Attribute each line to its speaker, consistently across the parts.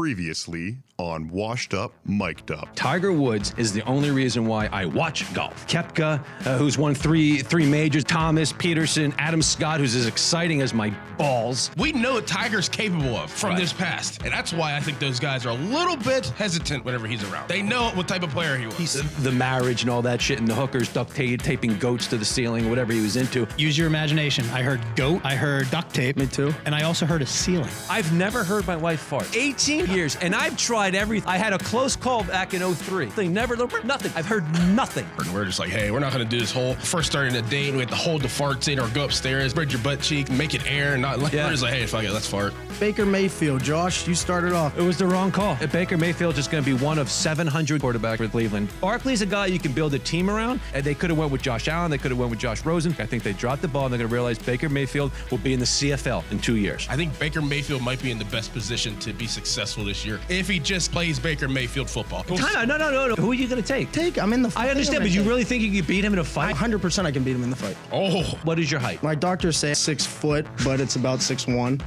Speaker 1: Previously on Washed Up, Mic'd Up.
Speaker 2: Tiger Woods is the only reason why I watch golf. Kepka, uh, who's won three three majors, Thomas Peterson, Adam Scott, who's as exciting as my balls.
Speaker 3: We know what Tiger's capable of from
Speaker 2: Right.
Speaker 3: this past, and that's why I think those guys are a little bit hesitant whenever he's around. They know what type of player he was.
Speaker 2: The marriage and all that shit, and the hookers duct ta- taping goats to the ceiling, whatever he was into.
Speaker 4: Use your imagination. I heard goat. I heard duct tape.
Speaker 2: Me too.
Speaker 4: And I also heard a ceiling.
Speaker 5: I've never heard my wife fart. 18 years, and I've tried everything. I had a close call back
Speaker 2: oh
Speaker 5: in 03. They never, nothing. I've heard nothing.
Speaker 3: and we're just like, hey, we're not gonna do this whole first starting a date. We have to hold the farts in or go upstairs, spread your butt cheek, make it air, and not like
Speaker 5: Yeah.
Speaker 3: we're just like, hey, fuck it, let's fart.
Speaker 6: Baker Mayfield, Josh, you started off.
Speaker 5: It was the wrong call. Baker Mayfield is going to be one of 700 quarterback for Cleveland. Barkley's a guy you can build a team around, and they could have went with Josh Allen. They could have went with Josh Rosen. I think they dropped the ball, and they're going to realize Baker Mayfield will be in the CFL in two years.
Speaker 3: I think Baker Mayfield might be in the best position to be successful this year if he just plays Baker Mayfield football.
Speaker 5: Time out. No, no, no, no. Who are you going to take?
Speaker 6: Take, I'm in the
Speaker 5: I understand, but you really think you could beat him in a fight?
Speaker 6: 100% I can beat him in the fight.
Speaker 3: Oh,
Speaker 5: What is your height?
Speaker 6: My doctors say six foot, but it's about six one.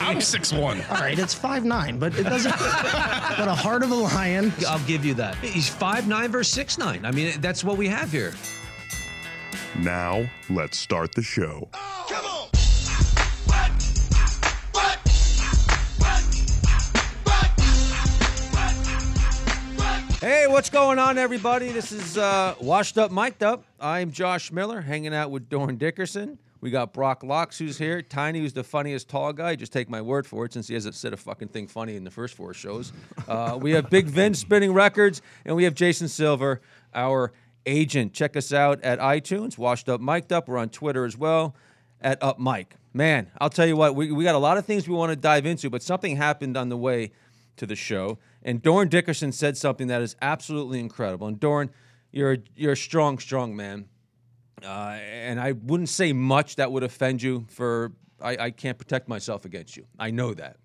Speaker 3: I'm six one.
Speaker 6: All right, it's five nine, but it doesn't. but a heart of a lion.
Speaker 5: I'll give you that. He's five nine versus six nine. I mean, that's what we have here.
Speaker 1: Now, let's start the show.
Speaker 5: Hey, what's going on, everybody? This is uh, Washed Up, Mic'd Up. I'm Josh Miller, hanging out with Dorn Dickerson. We got Brock Locks, who's here. Tiny, who's the funniest tall guy. Just take my word for it, since he hasn't said a fucking thing funny in the first four shows. Uh, we have Big Vin spinning records, and we have Jason Silver, our agent. Check us out at iTunes, Washed Up, Mic'd Up. We're on Twitter as well at Up Mic. Man, I'll tell you what, we, we got a lot of things we want to dive into, but something happened on the way to the show. And Dorn Dickerson said something that is absolutely incredible. And Dorn, you're a, you're a strong, strong man. Uh, and I wouldn't say much that would offend you. For I, I can't protect myself against you. I know that.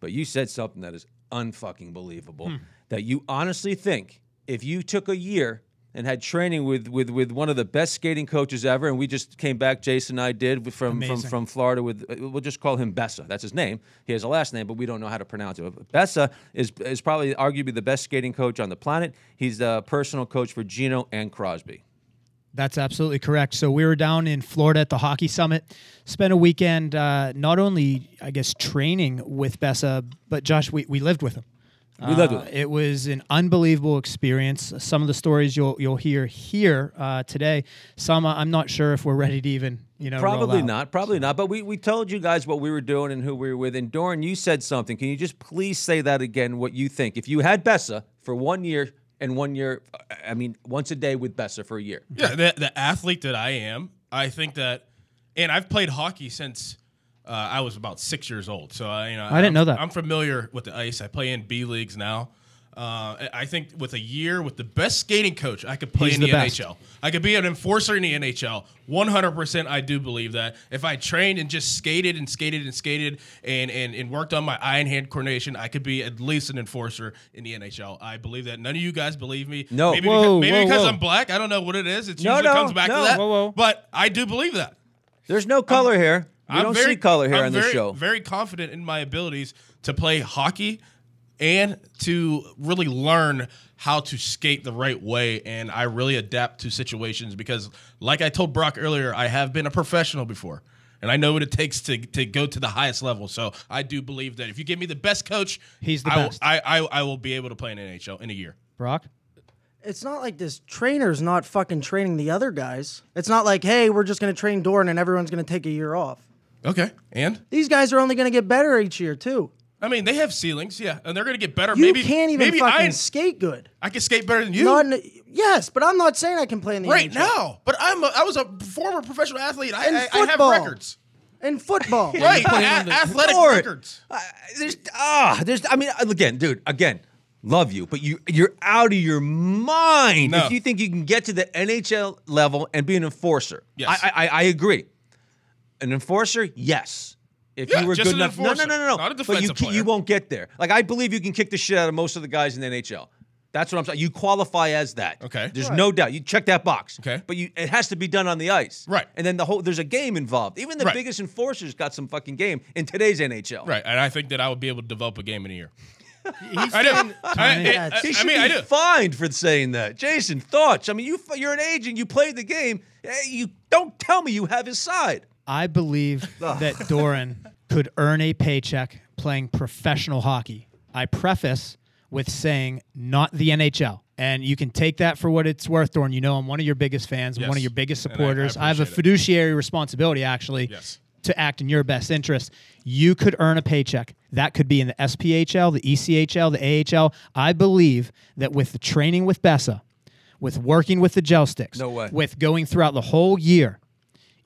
Speaker 5: But you said something that is unfucking believable. That you honestly think if you took a year and had training with with with one of the best skating coaches ever, and we just came back, Jason and I did from from,
Speaker 4: Amazing.
Speaker 5: from Florida with uh, we'll just call him Bessa. That's his name. He has a last name, but we don't know how to pronounce it. Bessa is is probably arguably the best skating coach on the planet. He's the personal coach for Gino and Crosby.
Speaker 4: That's absolutely correct. So we were down in Florida at the hockey summit, spent a weekend uh, not only, I guess, training with Bessa, but Josh, we, we lived with him.
Speaker 5: We lived
Speaker 4: Uh,
Speaker 5: with him.
Speaker 4: It was an unbelievable experience. Some of the stories you'll you'll hear here uh, today. Some uh, I'm not sure if we're ready to even you know. roll
Speaker 5: Probably
Speaker 4: out.
Speaker 5: not. Probably not. But we, we told you guys what we were doing and who we were with. And Doran, you said something. Can you just please say that again? What you think? If you had Bessa for one year and one year, uh, I mean, once a day with Bessa for a year.
Speaker 3: Yeah, the, the athlete that I am, I think that, and I've played hockey since uh, I was about six years old. So I, you know,
Speaker 4: I didn't
Speaker 3: I'm-
Speaker 4: know that.
Speaker 3: I'm familiar with the ice. I play in B leagues now. Uh, I- I think with a year with the best skating coach, I could play
Speaker 4: He's
Speaker 3: in
Speaker 4: the
Speaker 3: the,
Speaker 4: best.
Speaker 3: NHL. I could be an enforcer in the NHL. 100%, I do believe that. If I trained and just skated and skated and skated and, and, and worked on my eye and hand coordination, I could be at least an enforcer in the NHL. I believe that. None of you guys believe me.
Speaker 5: No.
Speaker 3: Maybe because,
Speaker 4: Whoa,
Speaker 3: maybe
Speaker 4: whoa,
Speaker 3: because
Speaker 4: whoa.
Speaker 3: I'm black. I don't know what it is. It's
Speaker 5: No,
Speaker 3: usually
Speaker 5: no,
Speaker 3: comes back
Speaker 5: no.
Speaker 3: to that.
Speaker 5: Whoa, whoa.
Speaker 3: But I do believe that.
Speaker 5: There's no color here. We
Speaker 3: I'm
Speaker 5: don't
Speaker 3: very-
Speaker 5: see color here
Speaker 3: I'm
Speaker 5: on
Speaker 3: very,
Speaker 5: this show.
Speaker 3: Very confident in my abilities to play hockey and to really learn how to skate the right way and I really adapt to situations because like I told Brock earlier, I have been a professional before. And I know what it takes to, to go to the highest level. So I do believe that if you give me the best coach,
Speaker 4: He's the
Speaker 3: I, will-
Speaker 4: best.
Speaker 3: I, I, I will be able to play in NHL in a year.
Speaker 4: Brock.
Speaker 6: It's not like this trainer's not fucking training the other guys. It's not like, hey, we're just gonna train Doran and everyone's gonna take a year off.
Speaker 3: Okay. And
Speaker 6: These guys are only gonna get better each year too.
Speaker 3: I mean, they have ceilings, yeah, and they're gonna get better.
Speaker 6: You
Speaker 3: maybe
Speaker 6: can't even
Speaker 3: maybe
Speaker 6: fucking
Speaker 3: I,
Speaker 6: skate good.
Speaker 3: I can skate better than you
Speaker 6: Not in, yes, but I'm not saying I can play in the
Speaker 3: right
Speaker 6: NHL.
Speaker 3: now. But I'm a, I was a former professional athlete. I,
Speaker 6: And
Speaker 3: I, I have
Speaker 6: football.
Speaker 3: records.
Speaker 6: in football.
Speaker 3: Right, a- athletic
Speaker 5: Lord.
Speaker 3: records.
Speaker 5: Uh, there's ah, there's. I mean, again, dude, again, love you, but you you're out of your mind
Speaker 3: No.
Speaker 5: if you think you can get to the NHL level and be an enforcer.
Speaker 3: Yes.
Speaker 5: I I, I- I agree. An enforcer, yes. If
Speaker 3: Yeah,
Speaker 5: you were
Speaker 3: just
Speaker 5: good
Speaker 3: an
Speaker 5: enough, no, no,
Speaker 3: enforcer,
Speaker 5: no, no, no.
Speaker 3: not a
Speaker 5: but you
Speaker 3: defensive
Speaker 5: ca- you
Speaker 3: player.
Speaker 5: won't get there. Like I believe you can kick the shit out of most of the guys in the NHL. That's what I'm saying. You qualify as that.
Speaker 3: Okay.
Speaker 5: There's no doubt. You check that box.
Speaker 3: Okay.
Speaker 5: But you it has to be done on the ice.
Speaker 3: Right.
Speaker 5: And then the whole there's a game involved. Even the
Speaker 3: Right.
Speaker 5: biggest enforcers got some fucking game in today's NHL.
Speaker 3: Right, and I think that I would be able to develop a game in a year.
Speaker 4: He's
Speaker 3: I do. I, I,
Speaker 6: That's-
Speaker 3: I-
Speaker 5: He
Speaker 3: I
Speaker 5: should
Speaker 3: mean,
Speaker 5: be
Speaker 3: I do.
Speaker 5: fined for saying that. Jason, thoughts? I mean, you you're an agent. You played the game. Eh, You don't tell me you have his side.
Speaker 4: I believe that Doran could earn a paycheck playing professional hockey. I preface with saying not the NHL. And you can take that for what it's worth, Doran. You know, I'm one of your biggest fans, I'm one of
Speaker 3: Yes.
Speaker 4: your biggest
Speaker 3: And I- I
Speaker 4: supporters. I, have a
Speaker 3: appreciate it.
Speaker 4: fiduciary responsibility, actually,
Speaker 3: Yes.
Speaker 4: to act in your best interest. You could earn a paycheck. That could be in the SPHL, the E ECHL, the AHL. I believe that with the training with Bessa, with working with the gel sticks,
Speaker 5: No way.
Speaker 4: with going throughout the whole year,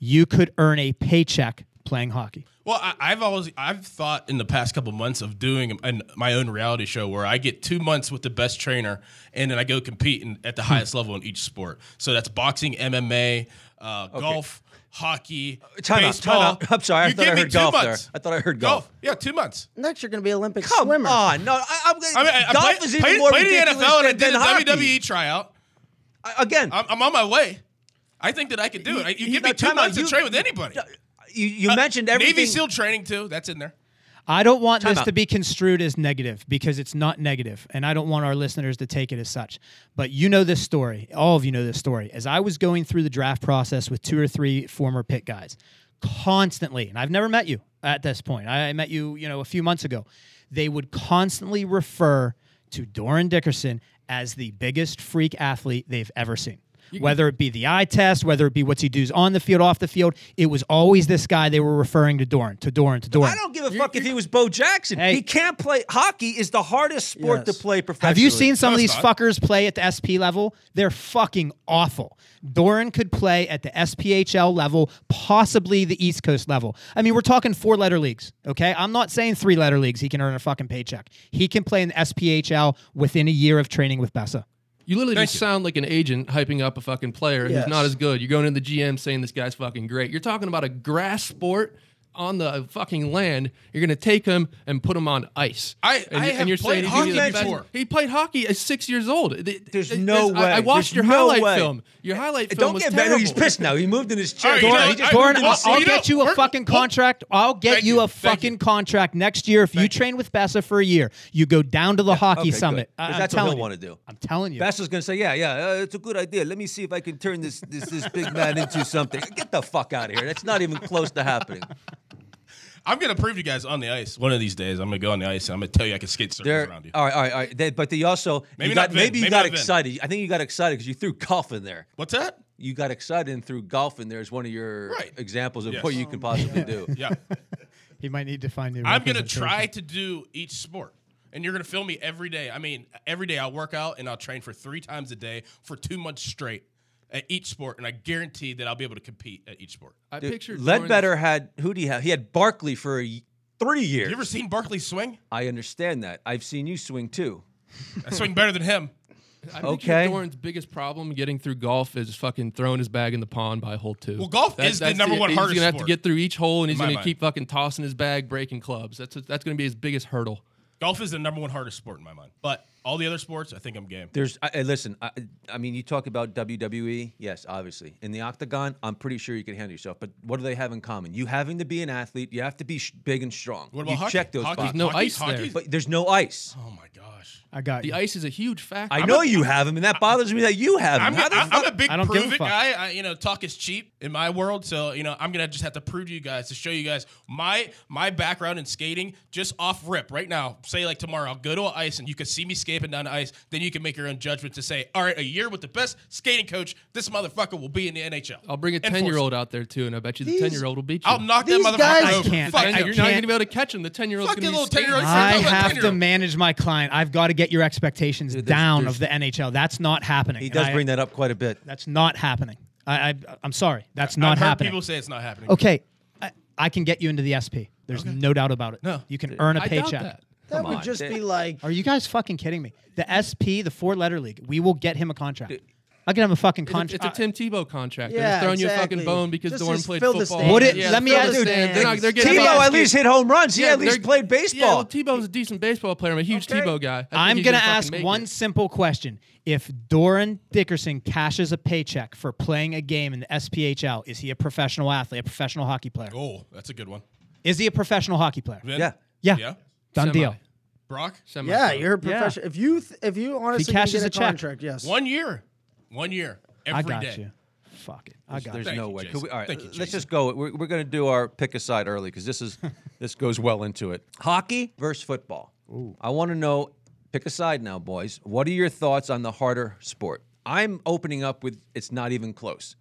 Speaker 4: you could earn a paycheck playing hockey.
Speaker 3: Well, I, I've always I've thought in the past couple months of doing an, my own reality show where I get two months with the best trainer and then I go compete in, at the
Speaker 5: Hmm.
Speaker 3: highest level in each sport. So that's boxing, MMA, uh, golf, hockey,
Speaker 5: Uh, Time out,
Speaker 3: baseball.
Speaker 5: time out. I'm sorry, I thought I
Speaker 3: give me
Speaker 5: heard
Speaker 3: two
Speaker 5: golf there.
Speaker 3: months.
Speaker 5: I thought I heard golf.
Speaker 3: Yeah, two months.
Speaker 6: Next, you're going to be Olympic
Speaker 5: Come
Speaker 6: swimmer.
Speaker 5: on, no, I, I'm.
Speaker 3: I mean, I,
Speaker 5: golf
Speaker 3: I play,
Speaker 5: is even
Speaker 3: played-
Speaker 5: more
Speaker 3: played in the
Speaker 5: ridiculous
Speaker 3: NFL and I
Speaker 5: than,
Speaker 3: did a
Speaker 5: than hockey.
Speaker 3: WWE tryout.
Speaker 5: I- Again,
Speaker 3: I'm, I'm on my way. I think that I could do it. I- You,
Speaker 5: you-
Speaker 3: give me
Speaker 5: no,
Speaker 3: two
Speaker 5: time out.
Speaker 3: months to
Speaker 5: You-
Speaker 3: train with anybody.
Speaker 5: you, you
Speaker 3: Uh,
Speaker 5: mentioned everything.
Speaker 3: Navy SEAL training too. That's in there.
Speaker 4: I don't want
Speaker 5: Time
Speaker 4: this
Speaker 5: out.
Speaker 4: to be construed as negative because it's not negative, and I don't want our listeners to take it as such. But you know this story. All of you know this story. As I was going through the draft process with two or three former pit guys, constantly, and I've never met you at this point. I, I met you, you know, a few months ago. They would constantly refer to Doran Dickerson as the biggest freak athlete they've ever seen. Whether it be the eye test, whether it be what's he does on the field, off the field, it was always this guy they were referring to Doran, to Doran, to Doran.
Speaker 5: I don't give a fuck if he was Bo Jackson.
Speaker 4: Hey.
Speaker 5: He can't play hockey. Is the hardest sport
Speaker 6: Yes.
Speaker 5: to play professionally.
Speaker 4: Have you seen some
Speaker 3: No,
Speaker 4: of these
Speaker 3: it's
Speaker 4: fuckers play at the SP level? They're fucking awful. Doran could play at the SPHL level, possibly the East Coast level. I mean, we're talking four letter leagues, okay? I'm not saying three letter leagues he can earn a fucking paycheck. He can play in the SPHL within a year of training with Bessa.
Speaker 7: You literally just sound like an agent hyping up a fucking player
Speaker 6: Yes.
Speaker 7: who's not as good. You're going to the GM saying this guy's fucking great. You're talking about a grass sport on the fucking land. You're going to take him and put him on ice.
Speaker 3: I-
Speaker 7: and,
Speaker 3: I
Speaker 7: you- and
Speaker 3: have
Speaker 7: you're
Speaker 3: played
Speaker 7: saying he's gonna be the
Speaker 3: hockey
Speaker 7: best-
Speaker 3: before.
Speaker 7: He played hockey at six years old. Th-
Speaker 5: There's
Speaker 7: th-
Speaker 5: no
Speaker 7: I, I
Speaker 5: way.
Speaker 7: watched
Speaker 5: There's
Speaker 7: your
Speaker 5: no
Speaker 7: highlight
Speaker 5: way.
Speaker 7: film. Your highlight film
Speaker 5: Don't
Speaker 7: was
Speaker 5: get mad.
Speaker 7: terrible.
Speaker 5: He's pissed now. He moved in his chair.
Speaker 3: All right,
Speaker 5: He
Speaker 3: you know,
Speaker 5: just-
Speaker 3: I-
Speaker 5: he just-
Speaker 3: Doran,
Speaker 4: I'll,
Speaker 3: so
Speaker 4: I'll
Speaker 3: you know-
Speaker 4: get you a
Speaker 3: we're-
Speaker 4: fucking
Speaker 3: we're-
Speaker 4: contract. I'll get
Speaker 3: Thank
Speaker 4: you,
Speaker 3: you,
Speaker 4: a
Speaker 3: thank
Speaker 4: fucking
Speaker 3: you.
Speaker 4: contract next year if you train with Bessa for a year. You go down to the hockey
Speaker 5: okay, good.
Speaker 4: summit. I-
Speaker 5: 'Cause
Speaker 4: I'm
Speaker 5: that's what
Speaker 4: telling
Speaker 5: he'll
Speaker 4: you.
Speaker 5: wanna do.
Speaker 4: I'm telling you.
Speaker 5: Bass was gonna say, "Yeah, yeah, uh, it's a good idea. Let me see if I can turn this this this big man into something." Get the fuck out of here. That's not even close to happening.
Speaker 3: I'm gonna prove to you guys on the ice one of these days. I'm gonna go on the ice and I'm gonna tell you I can skate circles
Speaker 5: They're, all
Speaker 3: around you.
Speaker 5: right, all right, all right. They, but they also
Speaker 3: Maybe
Speaker 5: you
Speaker 3: not
Speaker 5: got,
Speaker 3: Vin,
Speaker 5: maybe you
Speaker 3: maybe
Speaker 5: got
Speaker 3: not Vin.
Speaker 5: excited. I think you got excited because you threw golf in there.
Speaker 3: What's that?
Speaker 5: You got excited and threw golf in there as one of your
Speaker 3: Right.
Speaker 5: examples of
Speaker 3: Yes.
Speaker 5: what you can possibly do.
Speaker 3: Yeah,
Speaker 4: he might need to find new
Speaker 3: I'm gonna
Speaker 4: representation.
Speaker 3: try to do each sport, and you're gonna film me every day. I mean, every day I'll work out and I'll train for three times a day for two months straight at each sport, and I guarantee that I'll be able to compete at each sport.
Speaker 7: I
Speaker 5: Dude,
Speaker 7: pictured
Speaker 5: Ledbetter
Speaker 7: Doran's-
Speaker 5: had who do you have? He had Barkley for a y- three years.
Speaker 3: You ever seen Barkley swing?
Speaker 5: I understand that. I've seen you swing too.
Speaker 3: I swing better than him.
Speaker 7: I pictured
Speaker 5: okay.
Speaker 7: Doran's biggest problem getting through golf is fucking throwing his bag in the pond by hole two.
Speaker 3: Well, golf
Speaker 7: is
Speaker 3: is the number one
Speaker 7: He's
Speaker 3: hardest
Speaker 7: gonna have to
Speaker 3: sport.
Speaker 7: get through each hole, and he's
Speaker 3: my
Speaker 7: gonna
Speaker 3: mind.
Speaker 7: keep fucking tossing his bag, breaking clubs. That's that's gonna be his biggest hurdle.
Speaker 3: Golf is the number one hardest sport in my mind, but all the other sports, I think I'm game.
Speaker 5: There's, I, I- listen, I, I mean, you talk about WWE, yes, obviously. In the octagon, I'm pretty sure you can handle yourself. But what do they have in common? You having to be an athlete, you have to be sh- big and strong.
Speaker 3: What about
Speaker 5: you
Speaker 3: hockey?
Speaker 5: check those
Speaker 3: Hockey's
Speaker 5: boxes.
Speaker 7: no
Speaker 3: hockey-
Speaker 7: ice there.
Speaker 3: hockey's-
Speaker 5: but there's no ice.
Speaker 3: oh my gosh.
Speaker 4: I got
Speaker 7: The
Speaker 4: you.
Speaker 7: ice is a huge factor.
Speaker 5: I know you have them, and that bothers me that you have
Speaker 3: I'm,
Speaker 5: them.
Speaker 3: i
Speaker 5: How the
Speaker 3: I'm,
Speaker 5: fuck-
Speaker 3: a big
Speaker 4: I don't give a
Speaker 3: prove it
Speaker 4: fuck.
Speaker 3: guy. I, you know, talk is cheap in my world, so you know I'm gonna just have to prove to you guys to show you guys my my background in skating. Just off rip right now, say like tomorrow, I'll go to a ice and you can see me skating down the ice. Then you can make your own judgment to say, all right, a year with the best skating coach, this motherfucker will be in the NHL.
Speaker 7: I'll bring a
Speaker 3: Enforce it.
Speaker 7: ten year old out there too, and I bet you the
Speaker 6: These-
Speaker 7: ten year old will beat you.
Speaker 3: I'll knock that
Speaker 6: These
Speaker 3: motherfucker
Speaker 6: guys-
Speaker 3: over.
Speaker 4: I can't.
Speaker 3: Fuck
Speaker 7: And
Speaker 3: him.
Speaker 7: you're
Speaker 4: I
Speaker 7: not
Speaker 4: can't-
Speaker 7: gonna be able to catch him. The ten year old's
Speaker 3: Fucking
Speaker 7: gonna be
Speaker 3: little 10-year-old.
Speaker 7: skating.
Speaker 4: I
Speaker 3: Talking about
Speaker 4: have to
Speaker 3: tenure.
Speaker 4: manage my client. I've got to get your expectations
Speaker 5: Dude, there's-
Speaker 4: down
Speaker 5: there's-
Speaker 4: of the NHL. That's not happening.
Speaker 5: he
Speaker 4: And
Speaker 5: does
Speaker 4: I-
Speaker 5: bring that up quite a bit.
Speaker 4: That's not happening. I, I I'm sorry. That's
Speaker 3: I've
Speaker 4: not
Speaker 3: heard
Speaker 4: happening.
Speaker 3: People say it's not happening.
Speaker 4: okay, I, I can get you into the SP. There's no doubt about it.
Speaker 3: No.
Speaker 4: you can earn a
Speaker 7: I doubt
Speaker 4: paycheck.
Speaker 7: that.
Speaker 6: That would
Speaker 5: on.
Speaker 6: just
Speaker 5: That-
Speaker 6: be like,
Speaker 4: Are you guys fucking kidding me? The SP, the four letter league. We will get him a contract. I could have a fucking
Speaker 7: It's a-
Speaker 4: contract.
Speaker 7: It's a Tim Tebow contract. they're
Speaker 6: Yeah,
Speaker 7: just throwing you a fucking
Speaker 6: exactly.
Speaker 7: bone because
Speaker 6: Just-
Speaker 7: Dorn
Speaker 6: just
Speaker 7: played
Speaker 6: fill the
Speaker 7: football.
Speaker 6: stands.
Speaker 4: Would it- let me
Speaker 7: fill
Speaker 4: ask
Speaker 7: the
Speaker 4: you-
Speaker 7: stands. They're not- they're getting a
Speaker 5: Tebow at
Speaker 7: basket.
Speaker 5: least hit home runs. He at
Speaker 7: they're-
Speaker 5: least played
Speaker 7: Yeah,
Speaker 5: baseball.
Speaker 7: well, Tebow's a decent baseball player. I'm a huge Tebow guy. I think
Speaker 4: I'm
Speaker 7: he's
Speaker 4: going to
Speaker 7: fucking
Speaker 4: ask
Speaker 7: make
Speaker 4: one
Speaker 7: it.
Speaker 4: simple question. If Doran Dickerson cashes a paycheck for playing a game in the SPHL, is he a professional athlete, a professional hockey player?
Speaker 3: Oh, that's a good one.
Speaker 4: Is he a professional hockey player?
Speaker 3: Vin?
Speaker 5: Yeah.
Speaker 4: Yeah.
Speaker 3: Yeah.
Speaker 4: Done
Speaker 7: Semi.
Speaker 4: deal.
Speaker 3: Brock?
Speaker 7: Semi-
Speaker 6: Yeah, you're a professional. If you th- if you honestly can
Speaker 4: cashes
Speaker 6: get
Speaker 4: a
Speaker 6: a
Speaker 4: check.
Speaker 6: contract, yes.
Speaker 3: One year. One year. Every
Speaker 4: I
Speaker 3: day.
Speaker 4: got you. Fuck it. I got
Speaker 5: There's
Speaker 4: it.
Speaker 3: Thank
Speaker 5: no
Speaker 3: you,
Speaker 5: way.
Speaker 3: Jason.
Speaker 5: Could we, all right,
Speaker 3: Thank you,
Speaker 5: let's
Speaker 3: Jason.
Speaker 5: just go. We're, we're going to do our pick aside early because this is this goes well into it. Hockey versus football. I want to know. Pick a side now, boys. What are your thoughts on the harder sport? I'm opening up with it's not even close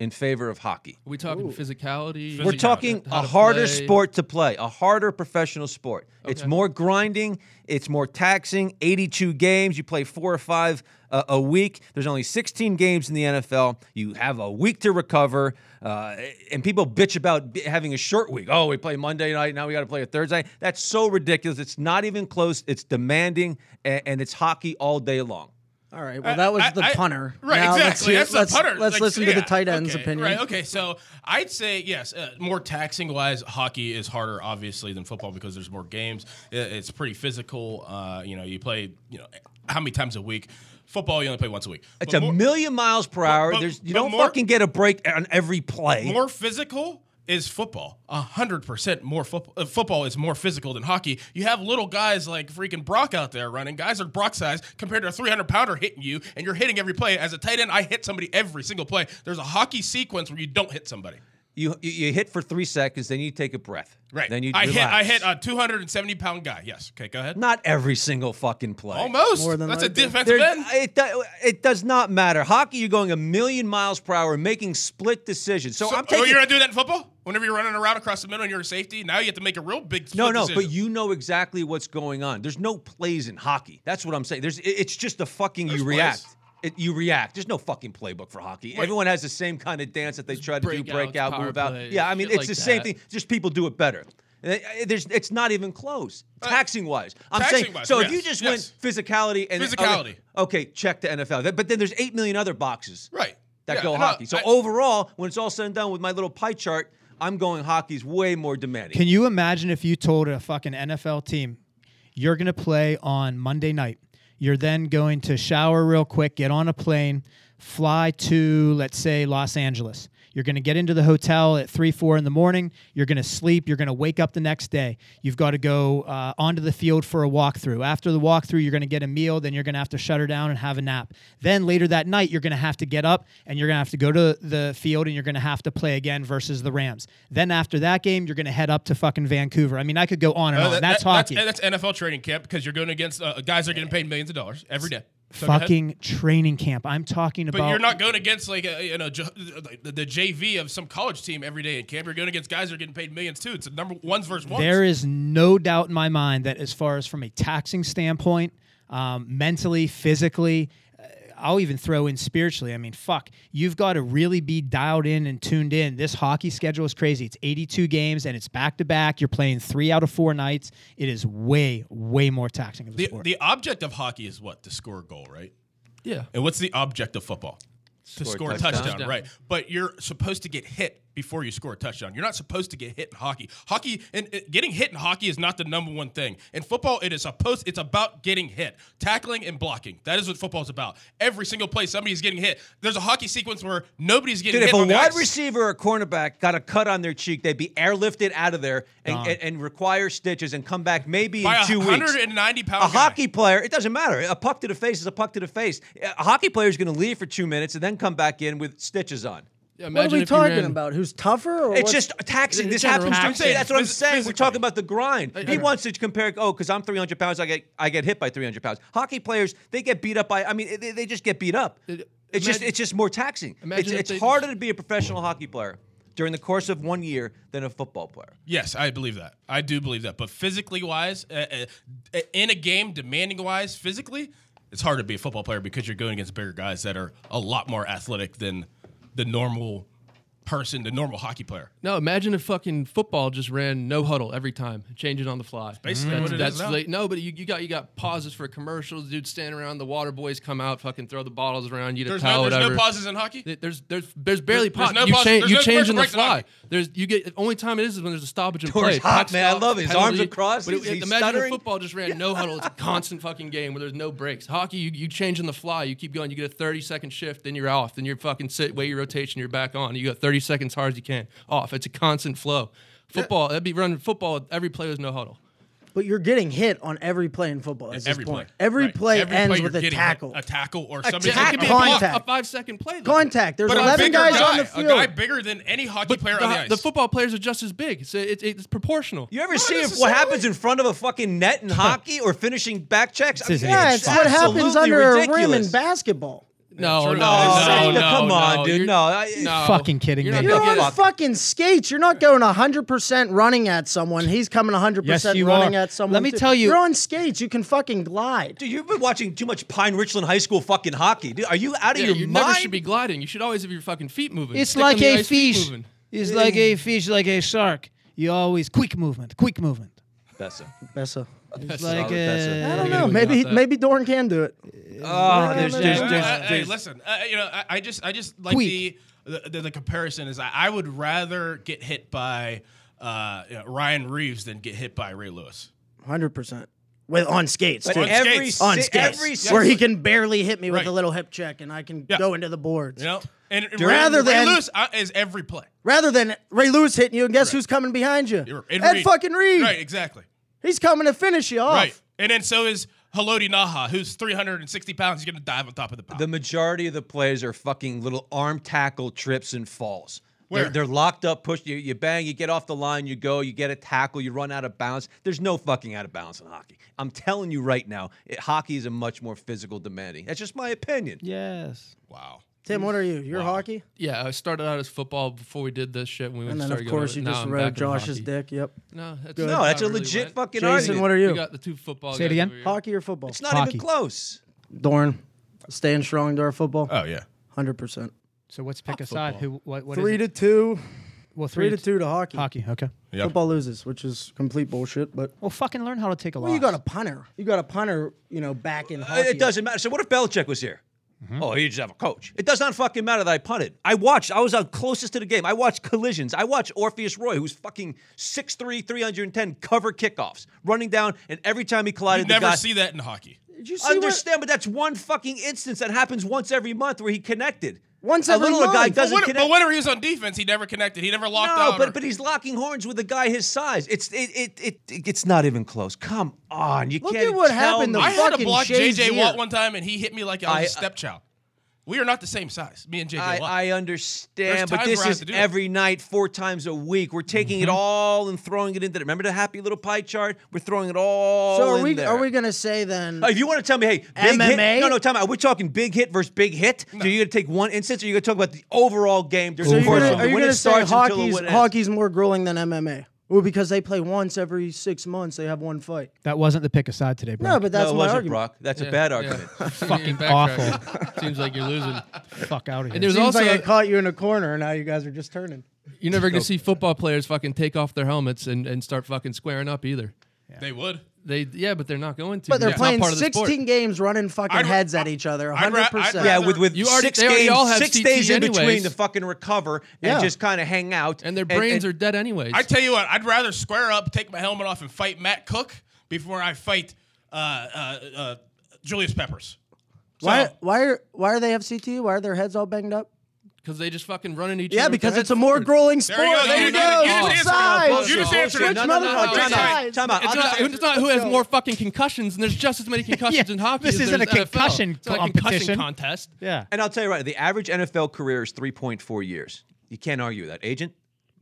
Speaker 5: in favor of hockey.
Speaker 7: Are we talking physicality?
Speaker 5: We're
Speaker 7: How to-
Speaker 5: talking
Speaker 7: how
Speaker 5: a
Speaker 7: to
Speaker 5: harder
Speaker 7: play?
Speaker 5: sport to play, a harder professional sport. It's
Speaker 7: Okay.
Speaker 5: more grinding, it's more taxing. 82 games, you play four or five uh, a week. There's only 16 games in the NFL. You have a week to recover, uh, and people bitch about b- having a short week. Oh, we play Monday night, now we got to play a Thursday. That's so ridiculous. It's not even close. It's demanding, and, and it's hockey all day long.
Speaker 6: All right. Well, that was
Speaker 3: I-
Speaker 6: the
Speaker 3: I-
Speaker 6: punter.
Speaker 3: Right,
Speaker 6: Now let's
Speaker 3: exactly.
Speaker 6: hear-
Speaker 3: That's
Speaker 6: let's-
Speaker 3: the punter.
Speaker 6: Let's
Speaker 3: Like,
Speaker 6: listen to
Speaker 3: yeah,
Speaker 6: the tight end's
Speaker 3: okay,
Speaker 6: opinion.
Speaker 3: Right. Okay. So I'd say yes. Uh, more taxing wise, hockey is harder, obviously, than football because there's more games. I- It's pretty physical. Uh, you know, you play. You know, how many times a week? Football, you only play once a week.
Speaker 5: It's
Speaker 3: But
Speaker 5: a
Speaker 3: more-
Speaker 5: million miles per hour.
Speaker 3: but-
Speaker 5: There's you
Speaker 3: but
Speaker 5: don't
Speaker 3: more-
Speaker 5: fucking get a break on every play.
Speaker 3: more physical is football. A hundred percent more football. Uh, football is more physical than hockey. You have little guys like freaking Brock out there running. Guys are Brock size compared to a three hundred pounder hitting you, and you're hitting every play. As a tight end, I hit somebody every single play. There's a hockey sequence where you don't hit somebody.
Speaker 5: you you- you hit for three seconds, then you take a breath.
Speaker 3: Right.
Speaker 5: Then you
Speaker 3: I hit. I
Speaker 5: relax.
Speaker 3: hit uh, a 270 pound guy. Yes. Okay. Go ahead.
Speaker 5: Not every single fucking play.
Speaker 3: Almost.
Speaker 6: More than
Speaker 3: That's a
Speaker 6: likely.
Speaker 3: defensive
Speaker 5: There-
Speaker 3: end.
Speaker 5: it, do- it does not matter. Hockey, you're going a million miles per hour, making split decisions. So,
Speaker 3: So,
Speaker 5: I'm
Speaker 3: oh,
Speaker 5: taking.
Speaker 3: you're gonna do that in football? Whenever you're running around across the middle and you're a safety, now you have to make a real big.
Speaker 5: no,
Speaker 3: split
Speaker 5: no,
Speaker 3: decision.
Speaker 5: but you know exactly what's going on. There's no plays in hockey. That's what I'm saying. There's, it- it's just a fucking you
Speaker 3: There's
Speaker 5: react.
Speaker 3: plays.
Speaker 5: It, you react. There's no fucking playbook for hockey.
Speaker 3: Right.
Speaker 5: Everyone has the same kind of dance that they try to do,
Speaker 7: breakouts,
Speaker 5: break out,
Speaker 7: power
Speaker 5: move out.
Speaker 7: plays,
Speaker 5: yeah, I mean,
Speaker 7: shit
Speaker 5: it's
Speaker 7: like
Speaker 5: the same
Speaker 7: that.
Speaker 5: thing. Just people do it better. Uh, There's, it's not even close. Taxing wise, I'm saying.
Speaker 3: Uh, taxing-wise,
Speaker 5: so if
Speaker 3: yes,
Speaker 5: you just
Speaker 3: yes.
Speaker 5: went physicality and okay,
Speaker 3: Physicality.
Speaker 5: okay, check the NFL. That- But then there's eight million other boxes
Speaker 3: Right.
Speaker 5: that
Speaker 3: Yeah,
Speaker 5: go
Speaker 3: no,
Speaker 5: hockey. So
Speaker 3: I-
Speaker 5: overall, when it's all said and done with my little pie chart, I'm going hockey's way more demanding.
Speaker 4: Can you imagine if you told a fucking NFL team, you're going to play on Monday night? You're then going to shower real quick, get on a plane, fly to, let's say, Los Angeles. You're going to get into the hotel at 3, 4 in the morning. You're going to sleep. You're going to wake up the next day. You've got to go uh, onto the field for a walkthrough. After the walkthrough, you're going to get a meal. Then you're going to have to shut her down and have a nap. Then later that night, you're going to have to get up and you're going to have to go to the field and you're going to have to play again versus the Rams. Then after that game, you're going to head up to fucking Vancouver. I mean, I could go on and
Speaker 3: Uh,
Speaker 4: on.
Speaker 3: that-
Speaker 4: that's
Speaker 3: that-
Speaker 4: hockey.
Speaker 3: That's, that's NFL training camp because you're going against uh, guys that are getting paid millions of dollars every day. So go ahead.
Speaker 4: fucking training camp. I'm talking
Speaker 3: But
Speaker 4: about.
Speaker 3: you're not going against like a, you know J- the, the JV of some college team every day in camp. You're going against guys that are getting paid millions too. It's a number ones versus ones.
Speaker 4: There is no doubt in my mind that, as far as from a taxing standpoint, um, mentally, physically, uh, I'll even throw in spiritually. I mean, fuck, you've got to really be dialed in and tuned in. This hockey schedule is crazy. It's 82 games and it's back to back. You're playing three out of four nights. It is way, way more taxing of the,
Speaker 3: the,
Speaker 4: sport.
Speaker 3: the object of hockey is what to score a goal, right?
Speaker 7: Yeah.
Speaker 3: And what's the object of football? To score, a touchdown,
Speaker 7: Touchdown.
Speaker 3: right? But you're supposed to get hit before you score a touchdown. You're not supposed to get hit in hockey. Hockey and uh, getting hit in hockey is not the number one thing. In football, it is supposed. It's about getting hit, tackling and blocking. That is what football's about. Every single play, somebody's getting hit. There's a hockey sequence where nobody's getting
Speaker 5: Dude, if
Speaker 3: hit.
Speaker 5: a
Speaker 3: on the
Speaker 5: wide
Speaker 3: ice.
Speaker 5: receiver or cornerback got a cut on their cheek, they'd be airlifted out of there and, and, and require stitches and come back maybe
Speaker 3: By
Speaker 5: in
Speaker 3: a
Speaker 5: two weeks.
Speaker 3: 190
Speaker 5: A
Speaker 3: pound guy.
Speaker 5: hockey player, it doesn't matter. A puck to the face is a puck to the face. A hockey player is going to leave for two minutes and then come back in with stitches on.
Speaker 6: What are
Speaker 7: Yeah, imagine
Speaker 6: we
Speaker 7: if you
Speaker 6: talking
Speaker 7: ran-
Speaker 6: about? Who's tougher? Or
Speaker 5: It's
Speaker 6: what's-
Speaker 5: just taxing.
Speaker 7: in
Speaker 5: This
Speaker 7: general,
Speaker 5: happens to
Speaker 7: taxing.
Speaker 5: say. That's what I'm
Speaker 3: Phys-
Speaker 5: saying. We're
Speaker 3: physically.
Speaker 5: talking about the grind. He
Speaker 7: yeah.
Speaker 5: wants to compare. Oh, because I'm 300 pounds, I get I get hit by 300 pounds. Hockey players, they get beat up by. I mean, they, they just get beat up.
Speaker 7: It-
Speaker 5: It's just
Speaker 7: imagine-
Speaker 5: it's just more taxing. It's,
Speaker 7: imagine if
Speaker 5: it's
Speaker 7: they-
Speaker 5: harder to be a professional hockey player during the course of one year than a football player.
Speaker 3: Yes, I believe that. I do believe that. But physically wise, uh, uh, in a game, demanding wise, physically, it's hard to be a football player because you're going against bigger guys that are a lot more athletic than the normal person, the normal hockey player.
Speaker 7: No, imagine if fucking football just ran no huddle every time, change it on the fly.
Speaker 3: basically
Speaker 7: that's,
Speaker 3: what it is
Speaker 7: that's
Speaker 3: now.
Speaker 7: like- no, but you, you got you got pauses for commercials. Dude, stand around. The water boys come out, fucking throw the bottles around. You to
Speaker 3: There's,
Speaker 7: towel,
Speaker 3: no, there's
Speaker 7: whatever.
Speaker 3: no pauses in hockey.
Speaker 7: Th- There's there's there's barely
Speaker 3: There's
Speaker 7: pause.
Speaker 3: no
Speaker 7: you
Speaker 3: pause.
Speaker 7: change
Speaker 3: There's
Speaker 7: you
Speaker 3: no
Speaker 7: change on the
Speaker 3: commercial breaks in
Speaker 7: fly.
Speaker 3: hockey.
Speaker 7: There's you get the only time it is is when there's a stoppage in
Speaker 5: Tor's
Speaker 7: play.
Speaker 5: hot,
Speaker 7: Puck
Speaker 5: man. I
Speaker 7: stop,
Speaker 5: love it. His
Speaker 7: penalty.
Speaker 5: arms are crossed.
Speaker 7: But it-
Speaker 5: He's- he's
Speaker 7: imagine
Speaker 5: stuttering.
Speaker 7: if football just ran no huddle. It's a constant fucking game where there's no breaks. Hockey, you, you change on the fly. You keep going. You get a 30 second shift, then you're off. Then you're fucking sit, wait your rotation. You're back on. You got 30 seconds hard as you can. Off. It's a constant flow. Football. That'd be running football. Every play was no huddle.
Speaker 6: But you're getting hit on every play in football. At this
Speaker 3: every
Speaker 6: point.
Speaker 3: play.
Speaker 6: Every
Speaker 3: Right.
Speaker 6: play
Speaker 3: Every
Speaker 6: ends
Speaker 3: you're
Speaker 6: with a
Speaker 3: getting
Speaker 6: tackle.
Speaker 3: A tackle or
Speaker 7: Yeah,
Speaker 3: something.
Speaker 7: it could be
Speaker 6: tackle.
Speaker 7: a block,
Speaker 6: Contact.
Speaker 7: a five second play. though.
Speaker 6: Contact. There's
Speaker 3: But a
Speaker 6: 11
Speaker 3: bigger
Speaker 6: guys
Speaker 3: guy,
Speaker 6: on the
Speaker 3: A
Speaker 6: field.
Speaker 3: guy bigger than any hockey player
Speaker 7: the,
Speaker 3: on the ice.
Speaker 7: the football players are just as big. So it, it's proportional.
Speaker 5: You ever see if what happens in front of a fucking net in hockey or finishing back checks? I
Speaker 4: This is
Speaker 5: mean,
Speaker 6: yeah,
Speaker 4: Yeah,
Speaker 6: it's what happens
Speaker 5: absolutely
Speaker 6: under a rim
Speaker 5: ridiculous.
Speaker 6: in basketball.
Speaker 7: No, no,
Speaker 3: true.
Speaker 7: no,
Speaker 5: Oh,
Speaker 7: no,
Speaker 5: come
Speaker 7: no,
Speaker 5: on, dude.
Speaker 7: You're-
Speaker 5: No, I-
Speaker 4: fucking kidding
Speaker 7: You're
Speaker 4: me.
Speaker 7: not
Speaker 6: You're
Speaker 7: gonna
Speaker 6: on
Speaker 7: get it.
Speaker 6: fucking skates. You're not going 100% running at someone. He's coming 100%
Speaker 4: Yes, you
Speaker 6: running
Speaker 4: are.
Speaker 6: at someone.
Speaker 4: Let me
Speaker 6: too.
Speaker 4: tell you-
Speaker 6: You're on skates. You can fucking glide.
Speaker 5: Dude, you've been watching too much Pine Richland High School fucking hockey. Dude, are you out of
Speaker 7: Yeah,
Speaker 5: your
Speaker 7: you
Speaker 5: mind?
Speaker 7: never should be gliding. You should always have your fucking feet moving.
Speaker 4: It's
Speaker 7: Stick
Speaker 4: like
Speaker 7: them in the
Speaker 4: a
Speaker 7: ice, feet
Speaker 4: fish.
Speaker 7: moving.
Speaker 4: It's like a fish, like a shark. You always quick movement, quick movement.
Speaker 5: Bessa.
Speaker 6: Bessa.
Speaker 4: It's like
Speaker 5: Robert, that's a-
Speaker 4: a.
Speaker 6: I don't
Speaker 7: we
Speaker 6: know.
Speaker 7: gotta
Speaker 6: Maybe
Speaker 7: look out that.
Speaker 6: maybe Dorn can do it.
Speaker 5: Oh, there's,
Speaker 6: know.
Speaker 5: there's,
Speaker 3: Uh,
Speaker 5: there's,
Speaker 3: uh, hey,
Speaker 5: there's-
Speaker 3: listen, uh, you know, I, I just, I just like
Speaker 4: Tweak.
Speaker 3: the, the, the the comparison is I, I would rather get hit by uh, you know, Ryan Reeves than get hit by Ray Lewis.
Speaker 6: 100%. With on skates.
Speaker 5: but
Speaker 6: too.
Speaker 5: every,
Speaker 3: skates.
Speaker 5: si-
Speaker 6: on skates.
Speaker 5: every
Speaker 6: where
Speaker 5: si-
Speaker 6: he can barely hit me
Speaker 3: Right.
Speaker 6: with a little hip check and I can
Speaker 3: Yeah.
Speaker 6: go into the boards.
Speaker 3: You know, and Ray,
Speaker 6: Rather
Speaker 3: Ray
Speaker 6: than-
Speaker 3: Lewis uh, is every play.
Speaker 6: Rather than Ray Lewis hitting you, and guess who's coming behind you?
Speaker 3: You're-
Speaker 6: Ed
Speaker 3: and Reed.
Speaker 6: fucking Reed.
Speaker 3: Right, exactly.
Speaker 6: He's coming to finish you off.
Speaker 3: Right, and then so is Haloti Naha, who's 360 pounds. He's gonna dive on top of the pile.
Speaker 5: The majority of the plays are fucking little arm tackle trips and falls. They're-
Speaker 3: Where?
Speaker 5: They're, locked up, pushed. You, you bang, you get off the line, you go, you get a tackle, you run out of bounds. There's no fucking out of bounds in hockey. I'm telling you right now, it, hockey is a much more physical demanding. That's just my opinion.
Speaker 4: Yes.
Speaker 3: wow.
Speaker 6: Tim, what are you? You're hockey?
Speaker 7: Yeah, I started out as football before we did this shit. When we
Speaker 6: And then,
Speaker 7: started
Speaker 6: of
Speaker 7: going
Speaker 6: course,
Speaker 7: over-
Speaker 6: you
Speaker 7: now
Speaker 6: just
Speaker 7: I'm
Speaker 6: rode
Speaker 7: back in
Speaker 6: Josh's
Speaker 7: hockey.
Speaker 6: dick. Yep.
Speaker 7: No, that's
Speaker 5: No, that's a
Speaker 7: really
Speaker 5: legit
Speaker 7: went.
Speaker 5: fucking
Speaker 6: Jason,
Speaker 5: argument.
Speaker 6: what are you?
Speaker 7: We got the two football.
Speaker 4: Say it
Speaker 7: guys
Speaker 4: again?
Speaker 7: over here.
Speaker 6: Hockey or football?
Speaker 5: It's not
Speaker 4: Hockey.
Speaker 5: even close.
Speaker 6: Dorn, staying strong to our football.
Speaker 3: Oh yeah.
Speaker 6: 100%.
Speaker 4: So what's pick a side? Who? What? what is
Speaker 6: Three
Speaker 4: it?
Speaker 6: to two.
Speaker 4: Well,
Speaker 6: Three to two to hockey.
Speaker 4: Hockey. Okay.
Speaker 6: Football loses, which is complete bullshit. But
Speaker 4: Well, fucking learn how to take a loss.
Speaker 6: well, you got a punter. You got a punter. You know, back in hockey.
Speaker 5: It- It doesn't matter. So what if Belichick was here?
Speaker 3: Mm-hmm.
Speaker 5: Oh, he just have a coach. It does not fucking matter that I punted. I watched. I was uh, closest to the game. I watched collisions. I watched Orpheus Roy, who's fucking 6'3", 310, cover kickoffs, running down, and every time he
Speaker 3: You
Speaker 5: collided, the
Speaker 3: never
Speaker 5: guy.
Speaker 3: see that in hockey.
Speaker 6: Did you see what?
Speaker 5: understand, but that's one fucking instance that happens once every month where he connected.
Speaker 6: Once
Speaker 5: a
Speaker 6: every
Speaker 5: little a guy
Speaker 6: month. But
Speaker 5: doesn't
Speaker 3: But, when,
Speaker 5: connect.
Speaker 3: but whenever he was on defense, he never connected. He never locked
Speaker 5: no,
Speaker 3: out.
Speaker 5: but
Speaker 3: or-
Speaker 5: but he's locking horns with a guy his size. It's it it, it, it's not even close. Come on, you
Speaker 6: Look
Speaker 5: can't
Speaker 6: at what
Speaker 5: tell
Speaker 6: happened
Speaker 5: me.
Speaker 6: to
Speaker 3: I had to
Speaker 6: fucking
Speaker 3: block
Speaker 6: Shazier.
Speaker 3: JJ Watt one time, and he hit me like I was a
Speaker 5: I-
Speaker 3: stepchild. We are not the same size, me and JJ
Speaker 5: I,
Speaker 3: Watt.
Speaker 5: I understand,
Speaker 3: There's
Speaker 5: but
Speaker 3: times
Speaker 5: this
Speaker 3: where I have
Speaker 5: is
Speaker 3: to do it.
Speaker 5: every night, four times a week. We're taking
Speaker 7: Mm-hmm.
Speaker 5: it all and throwing it into. The, remember the happy little pie chart? We're throwing it all.
Speaker 6: So are
Speaker 5: in
Speaker 6: we?
Speaker 5: there.
Speaker 6: Are we gonna say then?
Speaker 5: Oh, if you want to tell me, hey, big
Speaker 6: MMA?
Speaker 5: hit. No, no, tell me. Are we talking big hit versus big hit? So you going to take one instance, or you going to talk about the overall game? There's
Speaker 6: So
Speaker 5: a
Speaker 6: you're
Speaker 5: course
Speaker 6: gonna,
Speaker 5: from
Speaker 6: are you
Speaker 5: when
Speaker 6: gonna
Speaker 5: it
Speaker 6: say
Speaker 5: starts until
Speaker 6: hockey's,
Speaker 5: when it ends.
Speaker 6: hockey's more grueling than MMA? Well, because they play once every six months. They have one fight.
Speaker 4: that wasn't the pick a side today, bro.
Speaker 6: No, but
Speaker 5: No,
Speaker 6: that's
Speaker 5: it
Speaker 6: my
Speaker 5: wasn't,
Speaker 6: argument.
Speaker 5: Brock. That's
Speaker 7: Yeah,
Speaker 5: a bad
Speaker 7: yeah.
Speaker 5: argument.
Speaker 4: Fucking
Speaker 7: Backtrack.
Speaker 4: awful.
Speaker 7: Seems like you're losing.
Speaker 4: fuck out of here.
Speaker 7: And there's
Speaker 6: Seems
Speaker 7: also
Speaker 6: like I caught you in a corner, and now you guys are just turning.
Speaker 7: you're never gonna see football players fucking take off their helmets and, and start fucking squaring up either.
Speaker 3: they would.
Speaker 7: They yeah, but they're not going to.
Speaker 6: But they're
Speaker 7: It's not
Speaker 6: playing
Speaker 7: part of the sport.
Speaker 6: 16 games running fucking
Speaker 3: I'd ra-
Speaker 6: heads at
Speaker 3: I-
Speaker 6: each other.
Speaker 3: I'd ra-
Speaker 6: 100.
Speaker 3: I'd
Speaker 6: percent
Speaker 5: Yeah,
Speaker 3: rather-
Speaker 5: with with
Speaker 7: You already-
Speaker 5: six
Speaker 7: they already
Speaker 5: games,
Speaker 7: all have
Speaker 5: six
Speaker 7: CT
Speaker 5: days in between
Speaker 7: anyways.
Speaker 5: to fucking recover
Speaker 6: Yeah.
Speaker 5: and just kind of hang out.
Speaker 7: and their brains
Speaker 5: and-
Speaker 7: are dead anyways.
Speaker 3: I tell you what, I'd rather square up, take my helmet off, and fight Matt Cook before I fight uh, uh, uh, Julius Peppers. So,
Speaker 6: Why? Why are why are they FCT? Why are their heads all banged up?
Speaker 7: because they just fucking run in each
Speaker 6: Yeah,
Speaker 7: other.
Speaker 6: because
Speaker 7: That's
Speaker 6: it's a more grueling sport.
Speaker 3: There you go.
Speaker 6: There
Speaker 3: There
Speaker 6: you
Speaker 3: you go. You
Speaker 6: go.
Speaker 3: just answered
Speaker 6: Both
Speaker 3: it.
Speaker 6: sides.
Speaker 3: You just answered it.
Speaker 6: Which
Speaker 5: No, no, no, no,
Speaker 6: motherfucker
Speaker 5: time out.
Speaker 6: sides?
Speaker 5: Time out.
Speaker 7: It's
Speaker 5: I'll
Speaker 7: not,
Speaker 5: just-
Speaker 7: it's not who has more fucking concussions, and there's just as many concussions
Speaker 4: Yeah,
Speaker 7: in hockey.
Speaker 4: this
Speaker 7: as
Speaker 4: isn't
Speaker 7: there
Speaker 4: a
Speaker 7: NFL.
Speaker 4: concussion
Speaker 7: It's not a
Speaker 4: competition.
Speaker 7: concussion contest.
Speaker 4: yeah.
Speaker 5: And I'll tell you right, the average NFL career is 3.4 years. You can't argue with that, agent.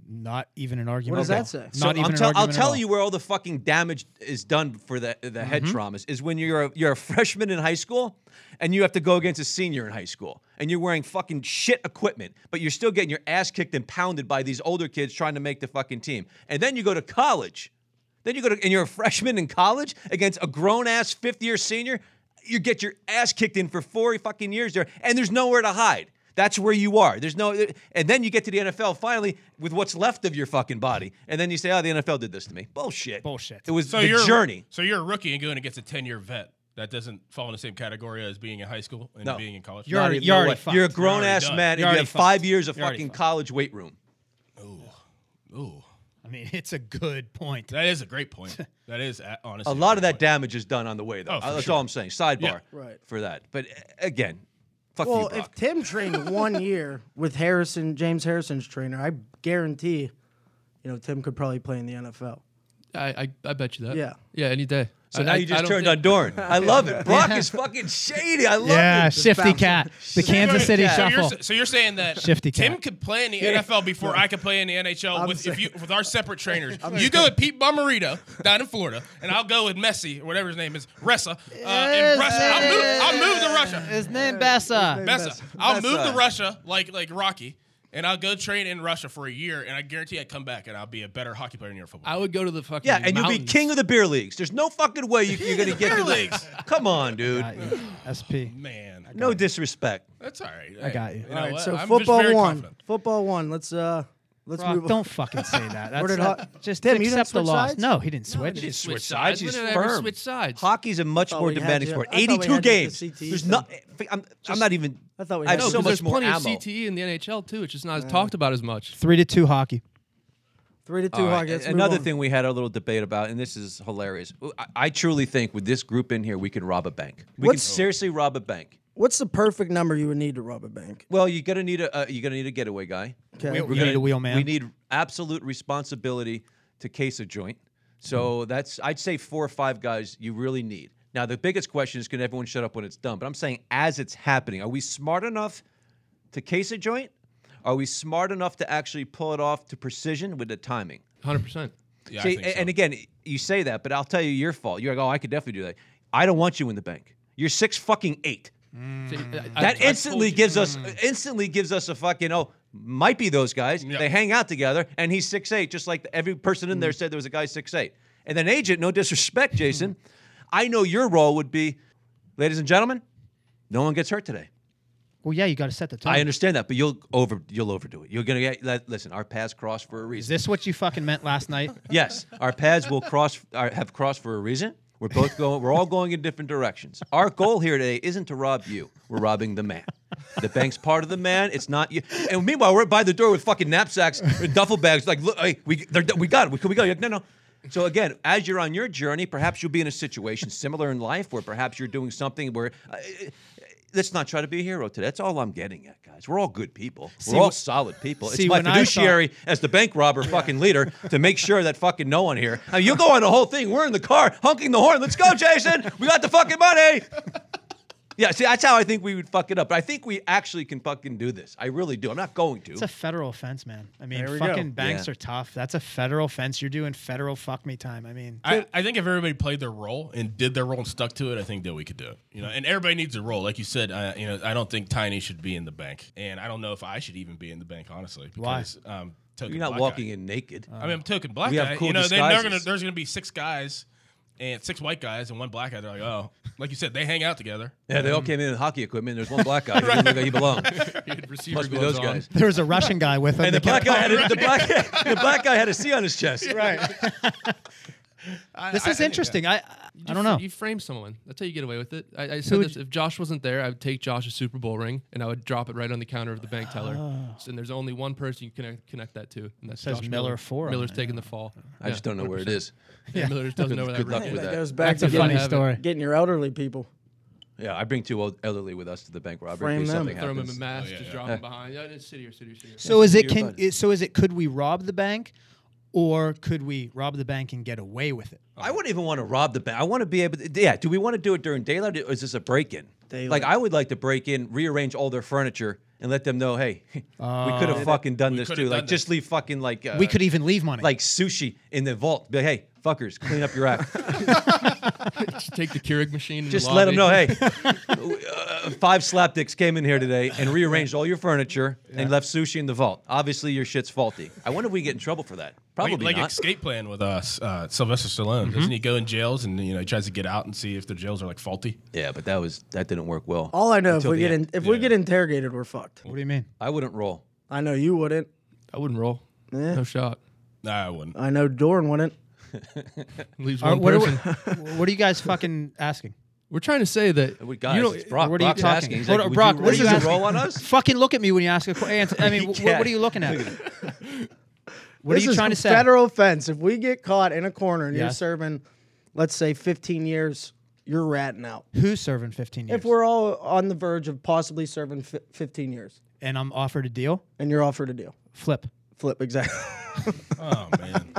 Speaker 4: Not even an argument.
Speaker 6: What does
Speaker 4: Okay.
Speaker 6: that
Speaker 4: Not
Speaker 6: say?
Speaker 5: So
Speaker 4: even
Speaker 5: I'm
Speaker 4: an
Speaker 5: tell- I'll
Speaker 4: argument at
Speaker 5: tell
Speaker 4: all. Mm-hmm.
Speaker 5: you where all the fucking damage is done for the the head traumas is when you're a, you're a freshman in high school and you have to go against a senior in high school and you're wearing fucking shit equipment, but you're still getting your ass kicked and pounded by these older kids trying to make the fucking team. And then you go to college, then you go to and you're a freshman in college against a grown ass fifth year senior. You get your ass kicked in for four fucking years there, and there's nowhere to hide. That's where you are. There's no, and then you get to the NFL finally with what's left of your fucking body, and then you say, "Oh, the NFL did this to me." Bullshit.
Speaker 4: Bullshit.
Speaker 5: It was
Speaker 3: So
Speaker 5: the
Speaker 3: you're
Speaker 5: journey.
Speaker 3: So you're a rookie and going against a ten year vet. That doesn't fall in the same category as being in high school and
Speaker 5: No.
Speaker 3: being in college.
Speaker 4: You're
Speaker 5: Not
Speaker 4: already-
Speaker 5: even-
Speaker 4: you're
Speaker 5: no
Speaker 4: already
Speaker 5: way.
Speaker 4: fucked.
Speaker 5: You're a
Speaker 4: You're
Speaker 5: grown ass
Speaker 3: done.
Speaker 5: man,
Speaker 4: You're
Speaker 5: and you
Speaker 4: already
Speaker 5: have five
Speaker 4: fucked.
Speaker 5: years of
Speaker 4: You're already
Speaker 5: fucking
Speaker 4: fucked.
Speaker 5: college weight room.
Speaker 3: Ooh,
Speaker 4: I mean, it's a good point.
Speaker 3: that is a great point. that is uh, honestly
Speaker 5: A lot
Speaker 3: great
Speaker 5: of that
Speaker 3: point.
Speaker 5: damage is done on the way, though.
Speaker 3: Oh, for
Speaker 5: Uh, That's
Speaker 3: sure.
Speaker 5: all I'm saying. Sidebar
Speaker 6: Right.
Speaker 5: for that. But uh, again, fuck
Speaker 6: Well,
Speaker 5: you,
Speaker 6: if
Speaker 5: Brock.
Speaker 6: Tim trained one year with Harrison, James Harrison's trainer, I guarantee, you know, Tim could probably play in the NFL.
Speaker 7: I, I, I bet you that.
Speaker 6: Yeah.
Speaker 7: Yeah, any day.
Speaker 5: so now you just turned on Dorn. I love it. Brock is fucking shady. I love
Speaker 4: Yeah,
Speaker 5: it.
Speaker 4: shifty cat. The Kansas City
Speaker 5: cat.
Speaker 3: So you're,
Speaker 4: shuffle.
Speaker 3: s- so you're saying that
Speaker 4: Shifty cat.
Speaker 3: Tim could play in the NFL before I could play in the NHL
Speaker 6: I'm
Speaker 3: with if
Speaker 6: saying-
Speaker 3: you with our separate trainers. you go with Pete Bomarito down in Florida, and I'll go with Messi or whatever his name is, Ressa. Uh, and Russia. I'll move, I'll move to Russia.
Speaker 4: His name Bessa.
Speaker 3: Bessa. I'll move
Speaker 5: Bessa.
Speaker 3: to Russia like like Rocky, and I'll go train in Russia for a year, and I guarantee I come back and I'll be a better hockey player than your football.
Speaker 7: I would go to the fucking.
Speaker 5: Yeah, and you'll be
Speaker 7: mountains.
Speaker 5: king of the beer leagues. There's no fucking way you, you're going to get
Speaker 3: beer
Speaker 5: to that.
Speaker 3: leagues.
Speaker 5: Come on, dude.
Speaker 4: SP.
Speaker 3: Man,
Speaker 5: No disrespect.
Speaker 3: that's all right.
Speaker 4: I got you.
Speaker 3: know
Speaker 6: All right,
Speaker 3: what?
Speaker 6: so
Speaker 3: I'm just
Speaker 6: football
Speaker 3: very
Speaker 6: one.
Speaker 3: confident.
Speaker 6: Football one. Let's uh, let's
Speaker 4: Brock,
Speaker 6: move. on.
Speaker 4: don't fucking say that. That's,
Speaker 6: did
Speaker 4: that-
Speaker 6: Ho-
Speaker 4: just
Speaker 6: Tim, you didn't
Speaker 4: accept the
Speaker 6: switch
Speaker 4: loss.
Speaker 6: sides?
Speaker 4: No, he didn't switch.
Speaker 7: didn't
Speaker 5: Switch
Speaker 7: Switch
Speaker 5: sides.
Speaker 7: sides.
Speaker 5: He's
Speaker 7: When did I ever
Speaker 5: firm.
Speaker 7: switch sides?
Speaker 5: Hockey's a much
Speaker 6: thought
Speaker 5: more
Speaker 6: we had
Speaker 5: demanding
Speaker 6: you-
Speaker 5: sport.
Speaker 6: I thought we
Speaker 5: 82
Speaker 6: had you at the
Speaker 5: games.
Speaker 6: CTE
Speaker 5: There's
Speaker 6: thing.
Speaker 5: not. I'm, I'm not even.
Speaker 6: I thought we
Speaker 5: I
Speaker 6: had
Speaker 5: have
Speaker 6: you
Speaker 5: so
Speaker 6: at the-
Speaker 5: much
Speaker 7: there's
Speaker 5: more
Speaker 7: plenty
Speaker 5: ammo.
Speaker 7: of CTE in the NHL too. It's just not as talked about as much.
Speaker 4: Three to two hockey.
Speaker 6: three to two.
Speaker 5: All right,
Speaker 6: Hawk, let's move
Speaker 5: Another
Speaker 6: on.
Speaker 5: thing we had a little debate about, and this is hilarious. I, I truly think with this group in here, we can rob a bank. We
Speaker 6: What's-
Speaker 5: can seriously rob a bank.
Speaker 6: What's the perfect number you would need to rob a bank?
Speaker 5: Well, you're gonna need a uh, you're gonna need a getaway guy.
Speaker 6: Okay.
Speaker 4: We need a wheel man.
Speaker 5: We need absolute responsibility to case a joint. So
Speaker 3: Hmm.
Speaker 5: that's I'd say four or five guys you really need. Now the biggest question is can everyone shut up when it's done? But I'm saying as it's happening, are we smart enough to case a joint? Are we smart enough to actually pull it off to precision with the timing?
Speaker 7: 100. percent
Speaker 3: Yeah, I
Speaker 5: See,
Speaker 3: think so.
Speaker 5: and again, you say that, but I'll tell you your fault. You're like, oh, I could definitely do that. I don't want you in the bank. You're six fucking eight. That instantly gives us instantly gives us a fucking oh might be those guys.
Speaker 3: Yeah.
Speaker 5: They hang out together, and he's six eight, just like every person in there said there was a guy six eight. And then agent, no disrespect, Jason, I know your role would be, ladies and gentlemen, no one gets hurt today.
Speaker 4: Well, yeah, you got to set the tone.
Speaker 5: I understand that, but you'll over you'll overdo it. You're gonna get that, listen. Our paths cross for a
Speaker 4: Is
Speaker 5: reason.
Speaker 4: this what you fucking meant last night?
Speaker 5: Yes, our paths will cross are, have crossed for a reason. We're both going. We're all going in different directions. Our goal here today isn't to rob you. We're robbing the man. The bank's part of the man. It's not you. And meanwhile, we're by the door with fucking knapsacks, or duffel bags. Like, look, hey, we they're, we got it. We, can we go? You're Like, no, no. So again, as you're on your journey, perhaps you'll be in a situation similar in life where perhaps you're doing something where. Uh, Let's not try to be a hero today. That's all I'm getting at, guys. We're all good people. We're all
Speaker 4: wh-
Speaker 5: solid people.
Speaker 4: see,
Speaker 5: it's my
Speaker 4: when I thought-
Speaker 5: fiduciary as the bank robber fucking leader to make sure that fucking no one here. I mean, you go on the whole thing. We're in the car honking the horn. Let's go, Jason. We got the fucking money. Yeah, see, that's how I think we would fuck it up. But I think we actually can fucking do this. I really do. I'm not going to.
Speaker 4: It's a federal offense, man. I mean,
Speaker 6: There we go.
Speaker 4: fucking banks
Speaker 5: Yeah.
Speaker 4: are tough. That's a federal offense. You're doing federal fuck me time. I mean,
Speaker 3: I, I think if everybody played their role and did their role and stuck to it, I think that we could do it. You know, and everybody needs a role, like you said. Uh, you know, I don't think Tiny should be in the bank, and I don't know if I should even be in the bank, honestly.
Speaker 4: Why?
Speaker 3: Because, Um, token
Speaker 5: You're not
Speaker 3: black
Speaker 5: walking
Speaker 3: guy.
Speaker 5: in naked.
Speaker 3: I mean,
Speaker 4: Uh,
Speaker 3: I'm token black
Speaker 5: We have
Speaker 3: guy.
Speaker 5: cool
Speaker 3: you know, they, they're gonna,
Speaker 5: disguises.
Speaker 3: there's going to be six guys and six white guys and one black guy. They're like, oh, like you said, they hang out together.
Speaker 5: yeah, they all
Speaker 4: um,
Speaker 5: came in in hockey equipment. There's one black guy. He didn't look like he belonged.
Speaker 7: receiver
Speaker 5: Must be
Speaker 7: gloves
Speaker 5: those
Speaker 7: on.
Speaker 5: guys.
Speaker 4: there was a Russian guy with him.
Speaker 5: And the black
Speaker 4: that kept-
Speaker 5: guy had a, the black the black guy had a C on his chest.
Speaker 4: Right.
Speaker 3: I-
Speaker 4: This
Speaker 3: I- I
Speaker 4: is
Speaker 3: think
Speaker 4: interesting. I
Speaker 7: You
Speaker 4: I
Speaker 7: fr-
Speaker 4: don't know.
Speaker 7: You frame someone. That's how you get away with it. I, I said
Speaker 4: would
Speaker 7: this, if Josh wasn't there, I would take Josh's Super Bowl ring and I would drop it right on the counter of the bank teller. S- and there's only one person you connect connect that to, and that's
Speaker 4: Ah. Says
Speaker 7: Josh
Speaker 4: Miller
Speaker 7: Miller.
Speaker 4: four on
Speaker 7: Miller's
Speaker 4: it,
Speaker 7: taking the fall.
Speaker 5: I just don't know where it is.
Speaker 7: Yeah. Miller just doesn't know where that
Speaker 5: Good luck
Speaker 7: ring
Speaker 5: with
Speaker 7: is.
Speaker 5: that.
Speaker 6: that goes back
Speaker 4: It's
Speaker 6: to
Speaker 4: a
Speaker 6: getting,
Speaker 4: funny
Speaker 7: have it.
Speaker 4: story.
Speaker 6: getting your elderly people.
Speaker 5: Yeah, I bring two old elderly with us to the bank robbery.
Speaker 6: Frame
Speaker 5: in case
Speaker 6: them.
Speaker 5: something
Speaker 7: Throw him in a
Speaker 5: happens.
Speaker 7: mask,
Speaker 3: Oh, yeah,
Speaker 7: just
Speaker 3: yeah.
Speaker 7: drop him behind. Yeah, it's city or city or city. or-
Speaker 4: So is it
Speaker 5: Your
Speaker 4: can
Speaker 5: buddy.
Speaker 4: it, so is it could we rob the bank, or could we rob the bank and get away with it?
Speaker 5: I wouldn't even want to rob the bank. I want to be able to. Yeah. Do we want to do it during daylight or is this a break in? Like,
Speaker 6: Daylight.
Speaker 5: I would like to break in, rearrange all their furniture, and let them know, hey, we could have fucking done this
Speaker 3: could've
Speaker 5: too. Like,
Speaker 3: done
Speaker 5: just
Speaker 3: this.
Speaker 5: leave fucking like uh,
Speaker 4: we could even leave money.
Speaker 5: like sushi in the vault. Be like, hey, fuckers, clean up your act.
Speaker 7: Just take the Keurig machine. in the
Speaker 5: Just let them know,
Speaker 7: lobby.
Speaker 5: hey, uh, five slapdicks came in here today and rearranged all your furniture and left sushi in the vault. Obviously, your shit's faulty. I wonder if we get in trouble for that. Probably
Speaker 3: like
Speaker 5: not. Mm-hmm.
Speaker 3: escape plan with us, uh, Sylvester Stallone. Doesn't he go in jails and you know he tries to get out and see if the jails are like faulty?
Speaker 5: yeah, but that was that didn't work well.
Speaker 4: Oh.
Speaker 6: All I know, if
Speaker 5: Until
Speaker 6: we
Speaker 5: the
Speaker 6: get in,
Speaker 5: end.
Speaker 6: if we get interrogated, we're fucked.
Speaker 4: What do you mean?
Speaker 5: I wouldn't roll.
Speaker 6: I know you wouldn't.
Speaker 7: I wouldn't roll. No shot.
Speaker 3: Nah, I wouldn't.
Speaker 6: I know Dorn wouldn't.
Speaker 7: Leaves
Speaker 4: All
Speaker 7: one
Speaker 4: right, Uh, what, are we,
Speaker 7: person.
Speaker 4: what are you guys fucking asking?
Speaker 7: We're trying to say that
Speaker 5: We guys,
Speaker 7: you don't-
Speaker 5: it's Brock.
Speaker 4: what are you
Speaker 5: Brock's
Speaker 4: talking?
Speaker 5: asking. He's
Speaker 4: Hold
Speaker 5: like,
Speaker 4: on,
Speaker 5: "Would
Speaker 4: Brock,
Speaker 5: you-
Speaker 4: what are
Speaker 5: would
Speaker 4: you
Speaker 5: you
Speaker 4: asking?"
Speaker 5: roll on us?
Speaker 4: Fucking look at me when you ask a question. I mean, wh-
Speaker 5: Yeah.
Speaker 4: what are you looking at? What
Speaker 6: this
Speaker 4: are you
Speaker 6: is
Speaker 4: trying
Speaker 6: a
Speaker 4: to say?
Speaker 6: Federal offense. If we get caught in a corner and
Speaker 4: Yeah.
Speaker 6: you're serving, let's say, 15 years, you're ratting out.
Speaker 4: Who's serving 15 years?
Speaker 6: If we're all on the verge of possibly serving fi 15 years,
Speaker 4: and I'm offered a deal,
Speaker 6: and you're offered a deal,
Speaker 4: flip.
Speaker 6: flip exactly.
Speaker 3: Oh man,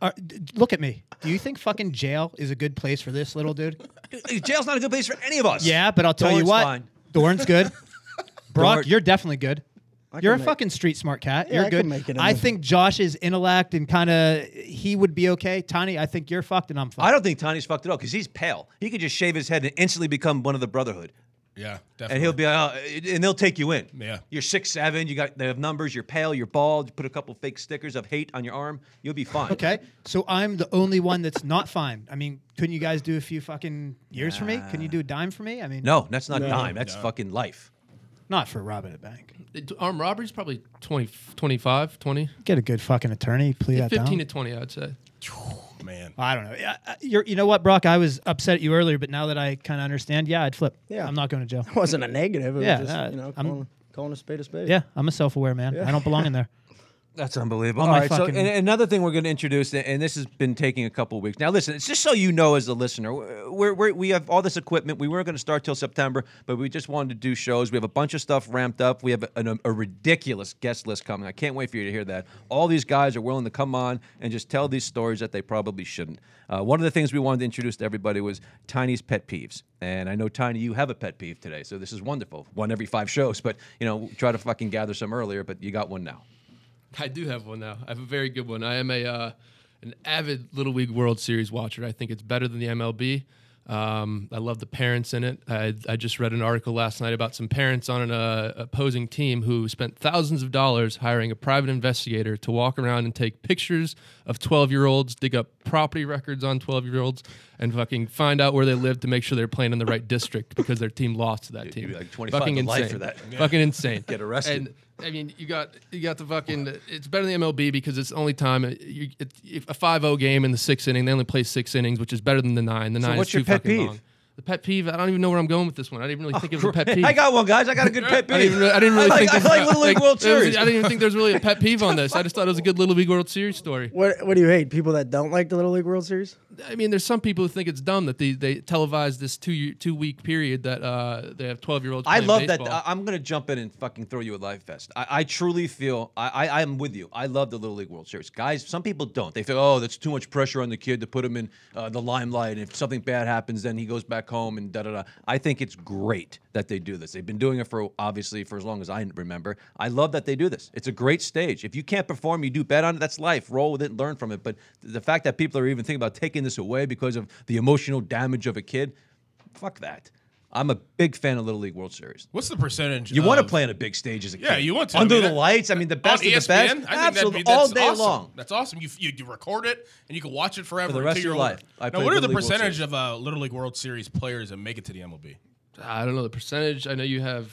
Speaker 4: Uh, d- d- look at me. Do you think fucking jail is a good place for this little dude?
Speaker 5: Jail's not a good place for any of us.
Speaker 4: Yeah, but I'll tell you
Speaker 5: Dorn's
Speaker 4: what.
Speaker 5: fine.
Speaker 4: Dorn's good. Brock,
Speaker 5: Dorn-
Speaker 4: you're definitely good. You're a
Speaker 6: make-
Speaker 4: fucking street smart cat.
Speaker 6: Yeah,
Speaker 4: you're
Speaker 6: I
Speaker 4: good.
Speaker 6: can make it in
Speaker 4: I
Speaker 6: this-
Speaker 4: think Josh's intellect and kind of he would be okay. Tiny, I think you're fucked and I'm fucked.
Speaker 5: I don't think Tony's fucked at all because he's pale. He could just shave his head and instantly become one of the Brotherhood.
Speaker 3: yeah, definitely.
Speaker 5: And he'll be, uh, and they'll take you in.
Speaker 3: Yeah.
Speaker 5: You're six seven. You got they have numbers. You're pale. You're bald. You put a couple fake stickers of hate on your arm. You'll be fine.
Speaker 4: Okay, so I'm the only one that's not fine. I mean, couldn't you guys do a few fucking years for me? Can you do a dime for me? I mean,
Speaker 5: No, that's not dime. That's fucking life.
Speaker 4: not for robbing a bank.
Speaker 7: it- armed robbery's probably 20, 25, 20.
Speaker 4: Get a good fucking attorney, plead that down.
Speaker 7: 15 to 20, I'd say.
Speaker 3: man.
Speaker 4: I don't know. Yeah, uh, You're, you know what, Brock? I was upset at you earlier, but now that I kind of understand, yeah, I'd flip.
Speaker 6: Yeah.
Speaker 4: I'm not going to jail.
Speaker 6: wasn't a negative. It was
Speaker 4: Yeah,
Speaker 6: just,
Speaker 4: uh,
Speaker 6: you know,
Speaker 4: I'm-
Speaker 6: calling, calling a spade a spade.
Speaker 4: Yeah, I'm a self-aware man. I don't belong in there.
Speaker 5: That's unbelievable.
Speaker 4: Oh, my
Speaker 5: All right. So,
Speaker 4: fucking-
Speaker 5: and another thing we're going to introduce, and this has been taking a couple weeks. Now, listen, it's just so you know, as a listener, we're, we're, we have all this equipment. We weren't going to start till September, but we just wanted to do shows. We have a bunch of stuff ramped up. We have an, um, a ridiculous guest list coming. I can't wait for you to hear that. All these guys are willing to come on and just tell these stories that they probably shouldn't. Uh, one of the things we wanted to introduce to everybody was Tiny's pet peeves, and I know Tiny, you have a pet peeve today, so this is wonderful. One every five shows, but you know, try to fucking gather some earlier, but you got one now.
Speaker 7: I do have one now. I have a very good one. I am a uh, an avid Little League World Series watcher. I think it's better than the MLB. Um, I love the parents in it. I, I just read an article last night about some parents on an uh, opposing team who spent thousands of dollars hiring a private investigator to walk around and take pictures of 12 year olds, dig up property records on 12 year olds, and fucking find out where they live to make sure they're playing in the right district because their team lost to that team.
Speaker 5: be like 25 to life for that.
Speaker 7: Fucking insane.
Speaker 5: Get arrested.
Speaker 7: And I mean, you got you got the fucking. It's better than the MLB because it's the only time uh, you, it, if a 5-0 game in the sixth inning. They only play six innings, which is better than the nine. The nine
Speaker 5: what's
Speaker 7: is
Speaker 5: your
Speaker 7: too
Speaker 5: pet
Speaker 7: fucking
Speaker 5: peeve? Oh,
Speaker 7: long. The pet peeve. I don't even know where I'm going with this one. I didn't really think it was a pet peeve.
Speaker 5: I got one, guys. I got a good pet peeve.
Speaker 7: I didn't really, I didn't really
Speaker 5: like,
Speaker 7: think
Speaker 5: I
Speaker 7: this-
Speaker 5: like Little League
Speaker 7: like,
Speaker 5: World
Speaker 7: there was-
Speaker 5: Series.
Speaker 7: I didn't even think there's really a pet peeve on this. I just thought it was a good Little League World Series story.
Speaker 6: What, what do you hate? People that don't like the Little League World Series?
Speaker 7: I mean, there's some people who think it's dumb that they, they televised this two year, two week period that uh, they have 12 year olds.
Speaker 5: I love that. I- I'm gonna jump in and fucking throw you a live vest. I, I truly feel I, I I'm with you. I love the Little League World Series, guys. Some people don't. They feel oh that's too much pressure on the kid to put him in uh, the limelight. And if something bad happens, then he goes back home and da da da. I think it's great that they do this. They've been doing it for obviously for as long as I remember. I love that they do this. It's a great stage. If you can't perform, you do bet on it. That's life. Roll with it and learn from it. But th- the fact that people are even thinking about taking this away because of the emotional damage of a kid, fuck that. I'm a big fan of Little League World Series.
Speaker 3: What's the percentage?
Speaker 5: You want to
Speaker 3: of-
Speaker 5: play on a big stage as a kid.
Speaker 3: Um, Yeah, you want to. I
Speaker 5: Under
Speaker 3: mean,
Speaker 5: the
Speaker 3: that-
Speaker 5: lights. I mean, the best
Speaker 3: on E
Speaker 5: of the
Speaker 3: ESPN?
Speaker 5: best.
Speaker 3: I think that'd
Speaker 5: Absolutely,
Speaker 3: be,
Speaker 5: all
Speaker 3: that's
Speaker 5: day
Speaker 3: awesome.
Speaker 5: long.
Speaker 3: That's awesome. You, you you record it and you can watch it forever
Speaker 5: For the
Speaker 3: until
Speaker 5: rest of
Speaker 3: you're
Speaker 5: your
Speaker 3: older.
Speaker 5: life. I
Speaker 3: now,
Speaker 5: played
Speaker 3: what are
Speaker 5: Little
Speaker 3: the
Speaker 5: League World
Speaker 3: percentage
Speaker 5: Series.
Speaker 3: of uh, Little League World Series players that make it to the MLB?
Speaker 7: I don't know the percentage. I know you have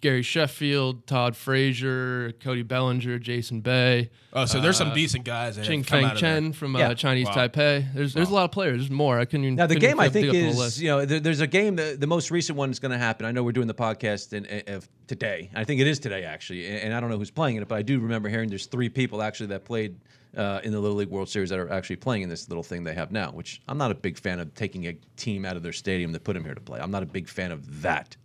Speaker 7: Gary Sheffield, Todd Frazier, Cody Bellinger, Jason Bay,
Speaker 3: Oh, so there's some decent guys that
Speaker 7: Ching
Speaker 3: have come out
Speaker 7: Feng
Speaker 3: of there.
Speaker 7: Chen from uh,
Speaker 5: Yeah.
Speaker 7: Chinese
Speaker 3: Wow.
Speaker 7: Taipei. There's there's a lot of players. There's more. I couldn't even.
Speaker 5: Now the
Speaker 7: couldn't
Speaker 5: game I
Speaker 7: even
Speaker 5: think
Speaker 7: dig up the whole
Speaker 5: is
Speaker 7: list.
Speaker 5: you know there, there's a game the, the most recent one that's going to happen. I know we're doing the podcast in, in- of today. I think it is today actually, and, and I don't know who's playing in it, but I do remember hearing there's three people actually that played uh, in the Little League World Series that are actually playing in this little thing they have now. Which I'm not a big fan of taking a team out of their stadium to put them here to play. I'm not a big fan of that.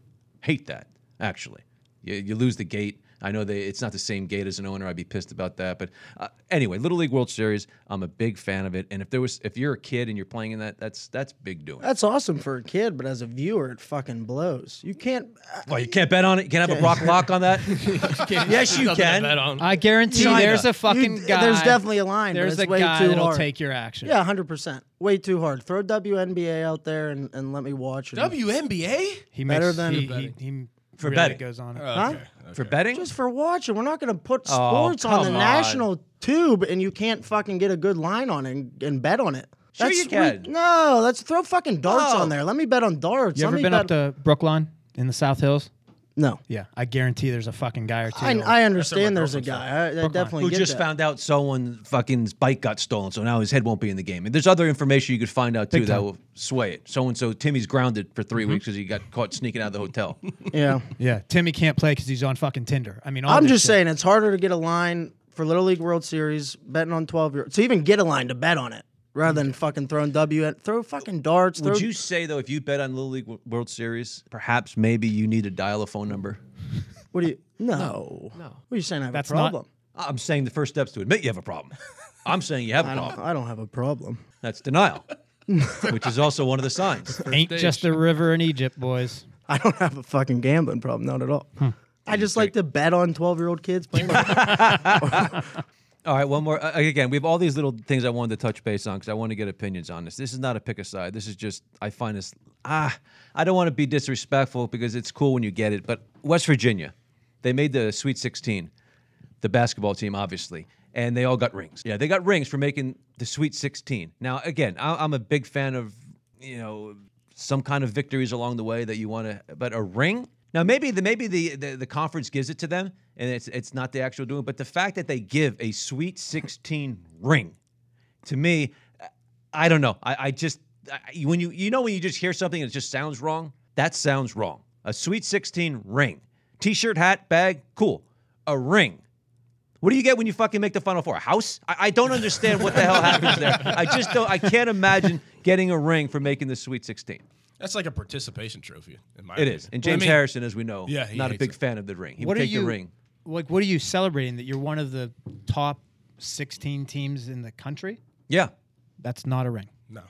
Speaker 5: Hate that actually. You, you lose the gate. I know they it's not the same gate as an owner. I'd be pissed about that. But uh, anyway, Little League World Series, I'm a big fan of it. And if there was if you're a kid and you're playing in that, that's that's big doing.
Speaker 6: That's awesome for a kid, but as a viewer, it fucking blows. You can't.
Speaker 5: Well, you can't bet on it. You can't have a Brock lock on that. yes, you
Speaker 7: Nothing to
Speaker 5: can.
Speaker 7: bet on.
Speaker 4: I guarantee
Speaker 6: China.
Speaker 4: there's a fucking
Speaker 6: You-
Speaker 4: guy.
Speaker 6: There's definitely a line. but
Speaker 4: There's
Speaker 6: it's
Speaker 4: a
Speaker 6: way
Speaker 4: guy
Speaker 6: too
Speaker 4: that'll
Speaker 6: hard.
Speaker 4: take your action.
Speaker 6: Yeah, hundred percent. Way too hard. Throw WNBA out there and, and let me watch. And
Speaker 3: WNBA?
Speaker 4: he
Speaker 6: better
Speaker 4: makes,
Speaker 6: than-
Speaker 4: he,
Speaker 6: For
Speaker 4: he, he
Speaker 5: For
Speaker 4: really
Speaker 5: betting. Uh,
Speaker 4: goes on. it.
Speaker 6: Huh?
Speaker 5: For betting?
Speaker 6: Just for watching. We're not going to put sports on the
Speaker 5: Oh, come on.
Speaker 6: national tube and you can't fucking get a good line on it and, and bet on it.
Speaker 5: Sure
Speaker 6: That's
Speaker 5: you can. Oh.
Speaker 6: ri- no, let's throw fucking darts
Speaker 5: No.
Speaker 6: on there. Let me bet on darts.
Speaker 4: You
Speaker 6: Let
Speaker 4: ever
Speaker 6: me
Speaker 4: been
Speaker 6: bet-
Speaker 4: up to Brookline in the South Hills?
Speaker 6: No.
Speaker 4: Yeah, I guarantee there's a fucking guy or two.
Speaker 6: I,
Speaker 4: that'll-
Speaker 6: I understand there's a guy. I, I definitely
Speaker 5: who
Speaker 6: get
Speaker 5: just
Speaker 6: that.
Speaker 5: found out someone fucking bike got stolen, so now his head won't be in the game. And there's other information you could find out too that
Speaker 4: time.
Speaker 5: will sway it. So and so Timmy's grounded for 3 weeks because he got caught sneaking out of the hotel.
Speaker 6: Yeah.
Speaker 4: yeah, Timmy can't play because he's on fucking Tinder. I mean, all
Speaker 6: I'm
Speaker 4: this
Speaker 6: just
Speaker 4: shit.
Speaker 6: saying it's harder to get a line for Little League World Series betting on 12 year to even get a line to bet on it rather than fucking throwing W at throw fucking darts. Throw,
Speaker 5: Would you say though, if you bet on Little League Wo- World Series, perhaps maybe you need to dial a phone number?
Speaker 6: What are you? No. No. What are you saying? I have
Speaker 4: That's
Speaker 6: a
Speaker 4: not-
Speaker 6: problem.
Speaker 5: I'm saying the first steps to admit you have a problem. I'm saying you have a
Speaker 6: I don't.
Speaker 5: problem.
Speaker 6: I don't have a problem.
Speaker 5: That's denial, which is also one of the signs.
Speaker 4: ain't just a river in Egypt, boys.
Speaker 6: I don't have a fucking gambling problem. Not at all. I just like to bet on 12 year old kids playing.
Speaker 5: All right, one more. uh, Again, we have all these little things I wanted to touch base on because I want to get opinions on this. This is not a pick a side. This is just I find this ah. I don't want to be disrespectful because it's cool when you get it, but West Virginia, they made the Sweet 16, the basketball team, obviously, and they all got rings. Yeah, they got rings for making the Sweet 16. Now, again, I, I'm a big fan of you know some kind of victories along the way that you want to, but a ring. Now maybe the maybe the, the the conference gives it to them and it's it's not the actual doing, but the fact that they give a Sweet 16 ring to me, I don't know. I, I just I, when you you know when you just hear something and it just sounds wrong. That sounds wrong. A Sweet 16 ring, T-shirt, hat, bag, cool. A ring. What do you get when you fucking make the Final Four? A house? I, I don't understand what the hell happens there. I just don't. I can't imagine getting a ring for making the Sweet 16.
Speaker 3: That's like a participation trophy, in my
Speaker 5: It is. And James
Speaker 3: I mean,
Speaker 5: Harrison, as we know,
Speaker 3: Yeah, he
Speaker 5: not a
Speaker 3: hates
Speaker 5: big
Speaker 3: it.
Speaker 5: fan of the ring. He
Speaker 4: What
Speaker 5: would
Speaker 4: are
Speaker 5: take
Speaker 4: you
Speaker 5: the ring.
Speaker 4: like? What are you celebrating? That you're one of the top 16 teams in the country?
Speaker 5: Yeah.
Speaker 4: That's not a ring.
Speaker 3: No.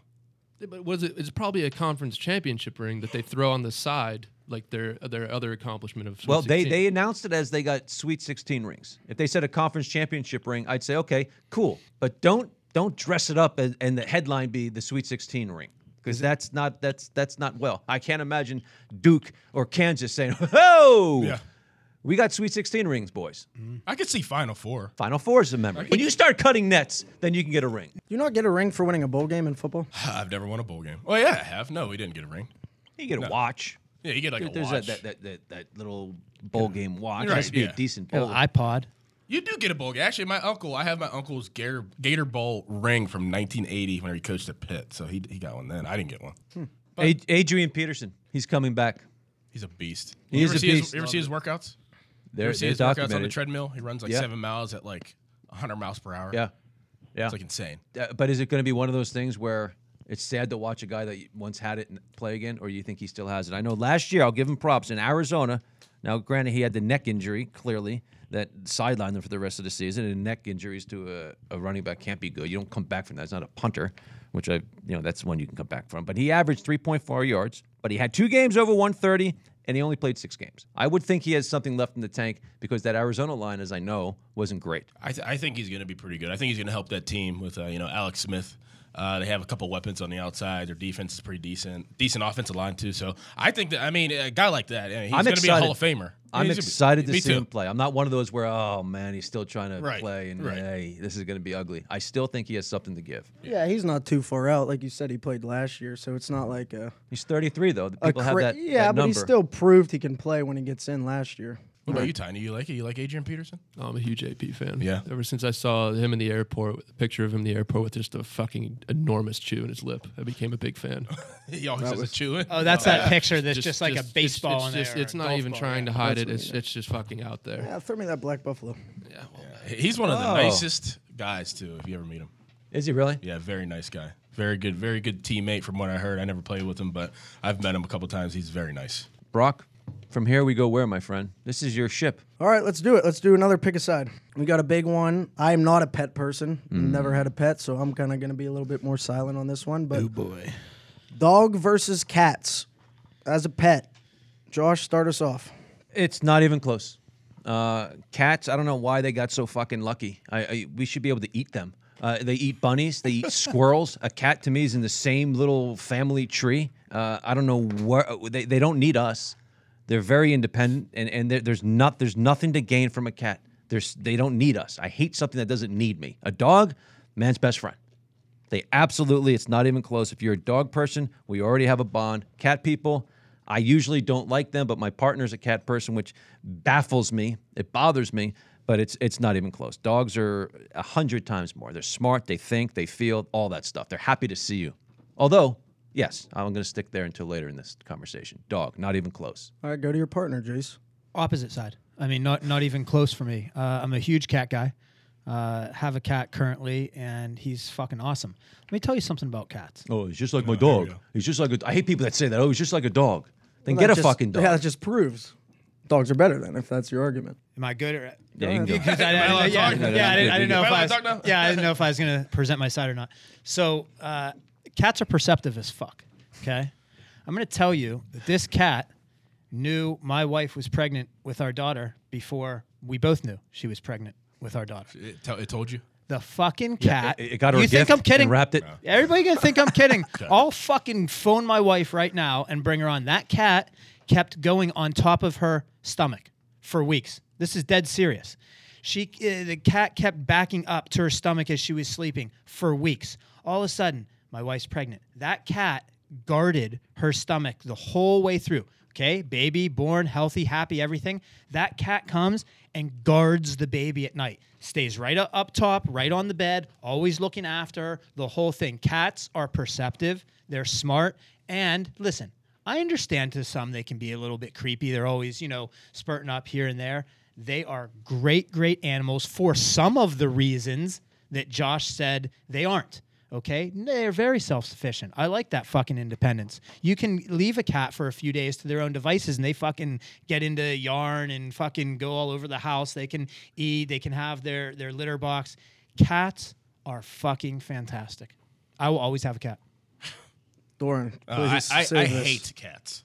Speaker 7: Yeah, But was it? It's probably a conference championship ring that they throw on the side, like their their other accomplishment of. Sweet
Speaker 5: Well, they
Speaker 7: 16.
Speaker 5: they announced it as they got Sweet 16 rings. If they said a conference championship ring, I'd say okay, cool, but don't don't dress it up as, and the headline be the Sweet 16 ring because that's not that's that's not well. I can't imagine Duke or Kansas saying, "Oh,
Speaker 3: Yeah.
Speaker 5: we got Sweet 16 rings, boys."
Speaker 3: I could see Final Four.
Speaker 5: Final Four is a member. When you start cutting nets, then you can get a ring.
Speaker 6: Do you not get a ring for winning a bowl game in football?
Speaker 3: I've never won a bowl game. Oh, yeah, I have. No, we didn't get a ring.
Speaker 5: You get a watch.
Speaker 3: Yeah, you get like a
Speaker 5: There's
Speaker 3: watch.
Speaker 5: that, that, that, that, that little bowl game watch.
Speaker 3: Right,
Speaker 5: It has to be
Speaker 3: yeah.
Speaker 5: a decent bowl.
Speaker 4: Little iPod.
Speaker 3: You do get a bowl game. Actually, my uncle, I have my uncle's Gator, Gator Bowl ring from 1980 whenever he coached at Pitt. So he, he got one then. I didn't get one.
Speaker 5: Ad- Adrian Peterson, he's coming back.
Speaker 3: He's a beast.
Speaker 5: He
Speaker 3: you
Speaker 5: is
Speaker 3: ever
Speaker 5: a
Speaker 3: see his-
Speaker 5: beast.
Speaker 3: you ever see his workouts? You
Speaker 5: They're,
Speaker 3: ever see
Speaker 5: they're
Speaker 3: his workouts on the
Speaker 5: documented.
Speaker 3: treadmill? He runs like
Speaker 5: Yeah.
Speaker 3: seven miles at like 100 miles per hour.
Speaker 5: yeah. Yeah.
Speaker 3: It's like insane.
Speaker 5: Uh, but is it going to be one of those things where it's sad to watch a guy that once had it and play again, or you think he still has it? I know last year, I'll give him props in Arizona. Now, granted, he had the neck injury, clearly, that sidelined him for the rest of the season. And neck injuries to a, a running back can't be good. You don't come back from that. It's not a punter, which I, you know, that's one you can come back from. But he averaged 3.4 yards, but he had two games over 130, and he only played six games. I would think he has something left in the tank because that Arizona line, as I know, wasn't great.
Speaker 3: I, th- I think he's going to be pretty good. I think he's going to help that team with uh, you know Alex Smith. Uh, they have a couple weapons on the outside. Their defense is pretty decent. Decent offensive line too. So I think that I mean a guy like that, I mean, he's
Speaker 5: I'm
Speaker 3: going to be a
Speaker 5: excited.
Speaker 3: Hall of Famer.
Speaker 5: I'm
Speaker 3: He's gonna be-
Speaker 5: excited to
Speaker 3: me
Speaker 5: see
Speaker 3: too.
Speaker 5: him play. I'm not one of those where, oh man, he's still trying to
Speaker 3: Right,
Speaker 5: play and
Speaker 3: right.
Speaker 5: hey, this is going to be ugly. I still think he has something to give.
Speaker 6: Yeah, he's not too far out. Like you said, he played last year, so it's not like a.
Speaker 5: He's 33 though. The
Speaker 6: a
Speaker 5: People have
Speaker 6: cra-
Speaker 5: that.
Speaker 6: yeah,
Speaker 5: that
Speaker 6: but he
Speaker 5: number.
Speaker 6: still proved he can play when he gets in last year.
Speaker 3: What about you, Tiny? You like it? You like Adrian Peterson?
Speaker 7: No, I'm a huge AP fan.
Speaker 3: Yeah.
Speaker 7: Ever since I saw him in the airport, a picture of him in the airport with just a fucking enormous chew in his lip, I became a big fan.
Speaker 3: he always has a chewing.
Speaker 4: Oh, that's that picture that's just, like a
Speaker 7: it's-
Speaker 4: baseball.
Speaker 7: It's,
Speaker 4: in there
Speaker 7: just,
Speaker 4: or
Speaker 7: it's
Speaker 4: a
Speaker 7: not
Speaker 4: golf
Speaker 7: even
Speaker 4: ball.
Speaker 7: trying to
Speaker 4: Yeah.
Speaker 7: hide it. It's it's just fucking out there.
Speaker 6: Yeah, throw me that black buffalo.
Speaker 3: He's one of
Speaker 5: Oh.
Speaker 3: the nicest guys too. If you ever meet him,
Speaker 5: Is he really?
Speaker 3: yeah, very nice guy. Very good, very good teammate. From what I heard, I never played with him, but I've met him a couple times. He's very nice.
Speaker 5: Brock, From here we go where, my friend? This is your ship.
Speaker 6: All right, let's do it. Let's do another pick aside. We got a big one. I am not a pet person. Never had a pet, so I'm kind of going to be a little bit more silent on this one. But
Speaker 4: boy.
Speaker 6: dog versus cats as a pet. Josh, start us off.
Speaker 5: It's not even close. Uh, cats, I don't know why they got so fucking lucky. I, I we should be able to eat them. Uh, they eat bunnies. They eat squirrels. A cat to me is in the same little family tree. Uh, I don't know where they, they don't need us. They're very independent, and and there, there's not there's nothing to gain from a cat. There's they don't need us. I hate something that doesn't need me. A dog, man's best friend. They absolutely, it's not even close. If you're a dog person, we already have a bond. Cat people, I usually don't like them, but my partner's a cat person, which baffles me. It bothers me, but it's it's not even close. Dogs are a hundred times more. They're smart, they think, they feel, all that stuff. They're happy to see you. Although, yes, I'm gonna stick there until later in this conversation. Dog, not even close.
Speaker 6: All right, go to your partner, Jace.
Speaker 4: opposite side. I mean, not not even close for me. Uh, I'm a huge cat guy. Uh, have a cat currently, and he's fucking awesome. Let me tell you something about cats.
Speaker 5: Oh, he's just like my dog. He's just like a, I hate people that say that. Oh, he's just like a dog. Then get
Speaker 6: That
Speaker 5: a
Speaker 6: just-
Speaker 5: fucking dog.
Speaker 6: Yeah, that just proves dogs are better than if that's your argument.
Speaker 4: Am I good or?
Speaker 5: Yeah, you can go.
Speaker 4: Because I, I,
Speaker 3: Am I allowed
Speaker 4: I,
Speaker 3: to
Speaker 4: yeah,
Speaker 3: talk?
Speaker 4: yeah,
Speaker 3: No, no,
Speaker 4: I, didn't,
Speaker 5: no,
Speaker 4: I didn't know
Speaker 3: no.
Speaker 4: if
Speaker 3: Am I
Speaker 4: I
Speaker 3: allowed
Speaker 4: was,
Speaker 3: to talk now?
Speaker 4: yeah, I didn't know if I was gonna present my side or not. So uh, cats are perceptive as fuck. Okay, I'm gonna tell you that this cat knew my wife was pregnant with our daughter before we both knew she was pregnant with our daughter.
Speaker 3: It, tell- it told you.
Speaker 4: The fucking cat.
Speaker 5: It, it got her
Speaker 4: you
Speaker 5: a
Speaker 4: think
Speaker 5: gift
Speaker 4: I'm kidding?
Speaker 5: and wrapped it.
Speaker 4: Everybody gonna think I'm kidding. I'll fucking phone my wife right now and bring her on. That cat kept going on top of her stomach for weeks. This is dead serious. She, uh, the cat kept backing up to her stomach as she was sleeping for weeks. All of a sudden, my wife's pregnant. That cat guarded her stomach the whole way through. Okay, baby born healthy, happy, everything. That cat comes and guards the baby at night. Stays right u- up top, right on the bed, always looking after her, the whole thing. Cats are perceptive, they're smart, and listen, I understand to some they can be a little bit creepy. They're always, you know, spurting up here and there. They are great, great animals for some of the reasons that Josh said they aren't. Okay, they're very self-sufficient. I like that fucking independence. You can leave a cat for a few days to their own devices, and they fucking get into yarn and fucking go all over the house. They can eat. They can have their their litter box. Cats are fucking fantastic. I will always have a cat.
Speaker 6: Doran,
Speaker 3: Uh,
Speaker 6: please
Speaker 3: I, I,
Speaker 6: save
Speaker 3: I
Speaker 6: this.
Speaker 3: hate cats.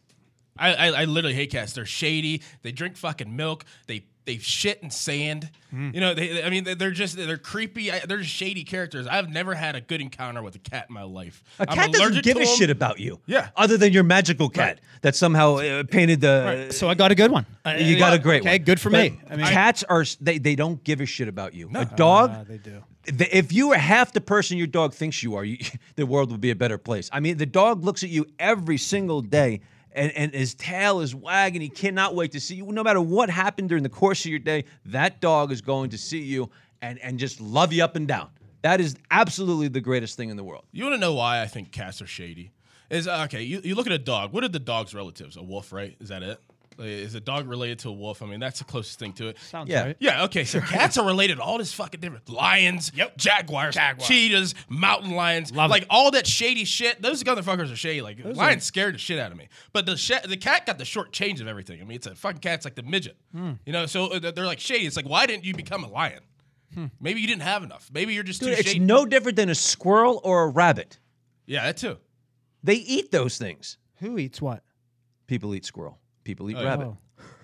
Speaker 3: I, I, I literally hate cats. They're shady. They drink fucking milk. They they shit in sand.
Speaker 5: Hmm.
Speaker 3: You know, they, they- I mean, they- they're just they're creepy. I, they're just shady characters. I've never had a good encounter with a cat in my life.
Speaker 5: A cat doesn't give a shit about you.
Speaker 3: Yeah.
Speaker 5: Other than your magical cat that somehow uh, painted the.
Speaker 4: So I got a good one.
Speaker 5: You got a great
Speaker 4: okay,
Speaker 5: one.
Speaker 4: good for
Speaker 5: But
Speaker 4: me. I mean,
Speaker 5: cats are s- they, they don't give a shit about you. A dog,
Speaker 4: Uh, they do.
Speaker 5: th- if you are half the person your dog thinks you are, you, the world would be a better place. I mean, the dog looks at you every single day, and, and his tail is wagging. He cannot wait to see you. No matter what happened during the course of your day, that dog is going to see you and and just love you up and down. That is absolutely the greatest thing in the world.
Speaker 3: You want to know why I think cats are shady? Is uh, okay. You, you look at a dog. What are the dog's relatives? A wolf, right? Is that it? Like, Is a dog related to a wolf? I mean, that's the closest thing to it.
Speaker 4: Sounds
Speaker 5: Yeah.
Speaker 4: right.
Speaker 3: Yeah, okay. So cats are related to all this fucking different lions, jaguars, cheetahs, mountain lions, like all that shady shit. Those motherfuckers are shady. Like lions scared the shit out of me. But the sh- the cat got the short change of everything. I mean, it's a fucking cat's like the midget.
Speaker 4: Hmm.
Speaker 3: You know, so uh, they're like shady. It's like why didn't you become a lion?
Speaker 4: Hmm.
Speaker 3: Maybe you didn't have enough. Maybe you're just
Speaker 5: Dude,
Speaker 3: too
Speaker 5: it's
Speaker 3: shady.
Speaker 5: no different than a squirrel or a rabbit.
Speaker 3: yeah, that too.
Speaker 5: They eat those things.
Speaker 4: Who eats what?
Speaker 5: People eat squirrel. People eat rabbit.
Speaker 4: Oh.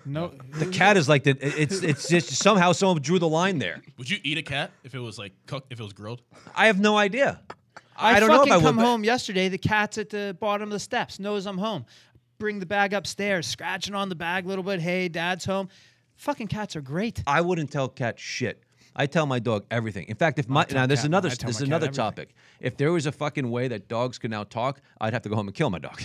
Speaker 4: No.
Speaker 5: The cat is like the. it- It's it's just somehow someone drew the line there.
Speaker 3: Would you eat a cat if it was like cooked? If it was grilled?
Speaker 5: I have no idea. I, don't know
Speaker 4: fucking
Speaker 5: if I would.
Speaker 4: come
Speaker 5: but-
Speaker 4: home yesterday. The cat's at the bottom of the steps. Knows I'm home. Bring the bag upstairs. Scratching on the bag a little bit. Hey, dad's home. Fucking cats are great.
Speaker 5: I wouldn't tell cat shit. I tell my dog everything. In fact, if my now there's
Speaker 4: cat-
Speaker 5: another
Speaker 4: I tell
Speaker 5: this is
Speaker 4: my cat
Speaker 5: another
Speaker 4: everything.
Speaker 5: topic. If there was a fucking way that dogs could now talk, I'd have to go home and kill my dog.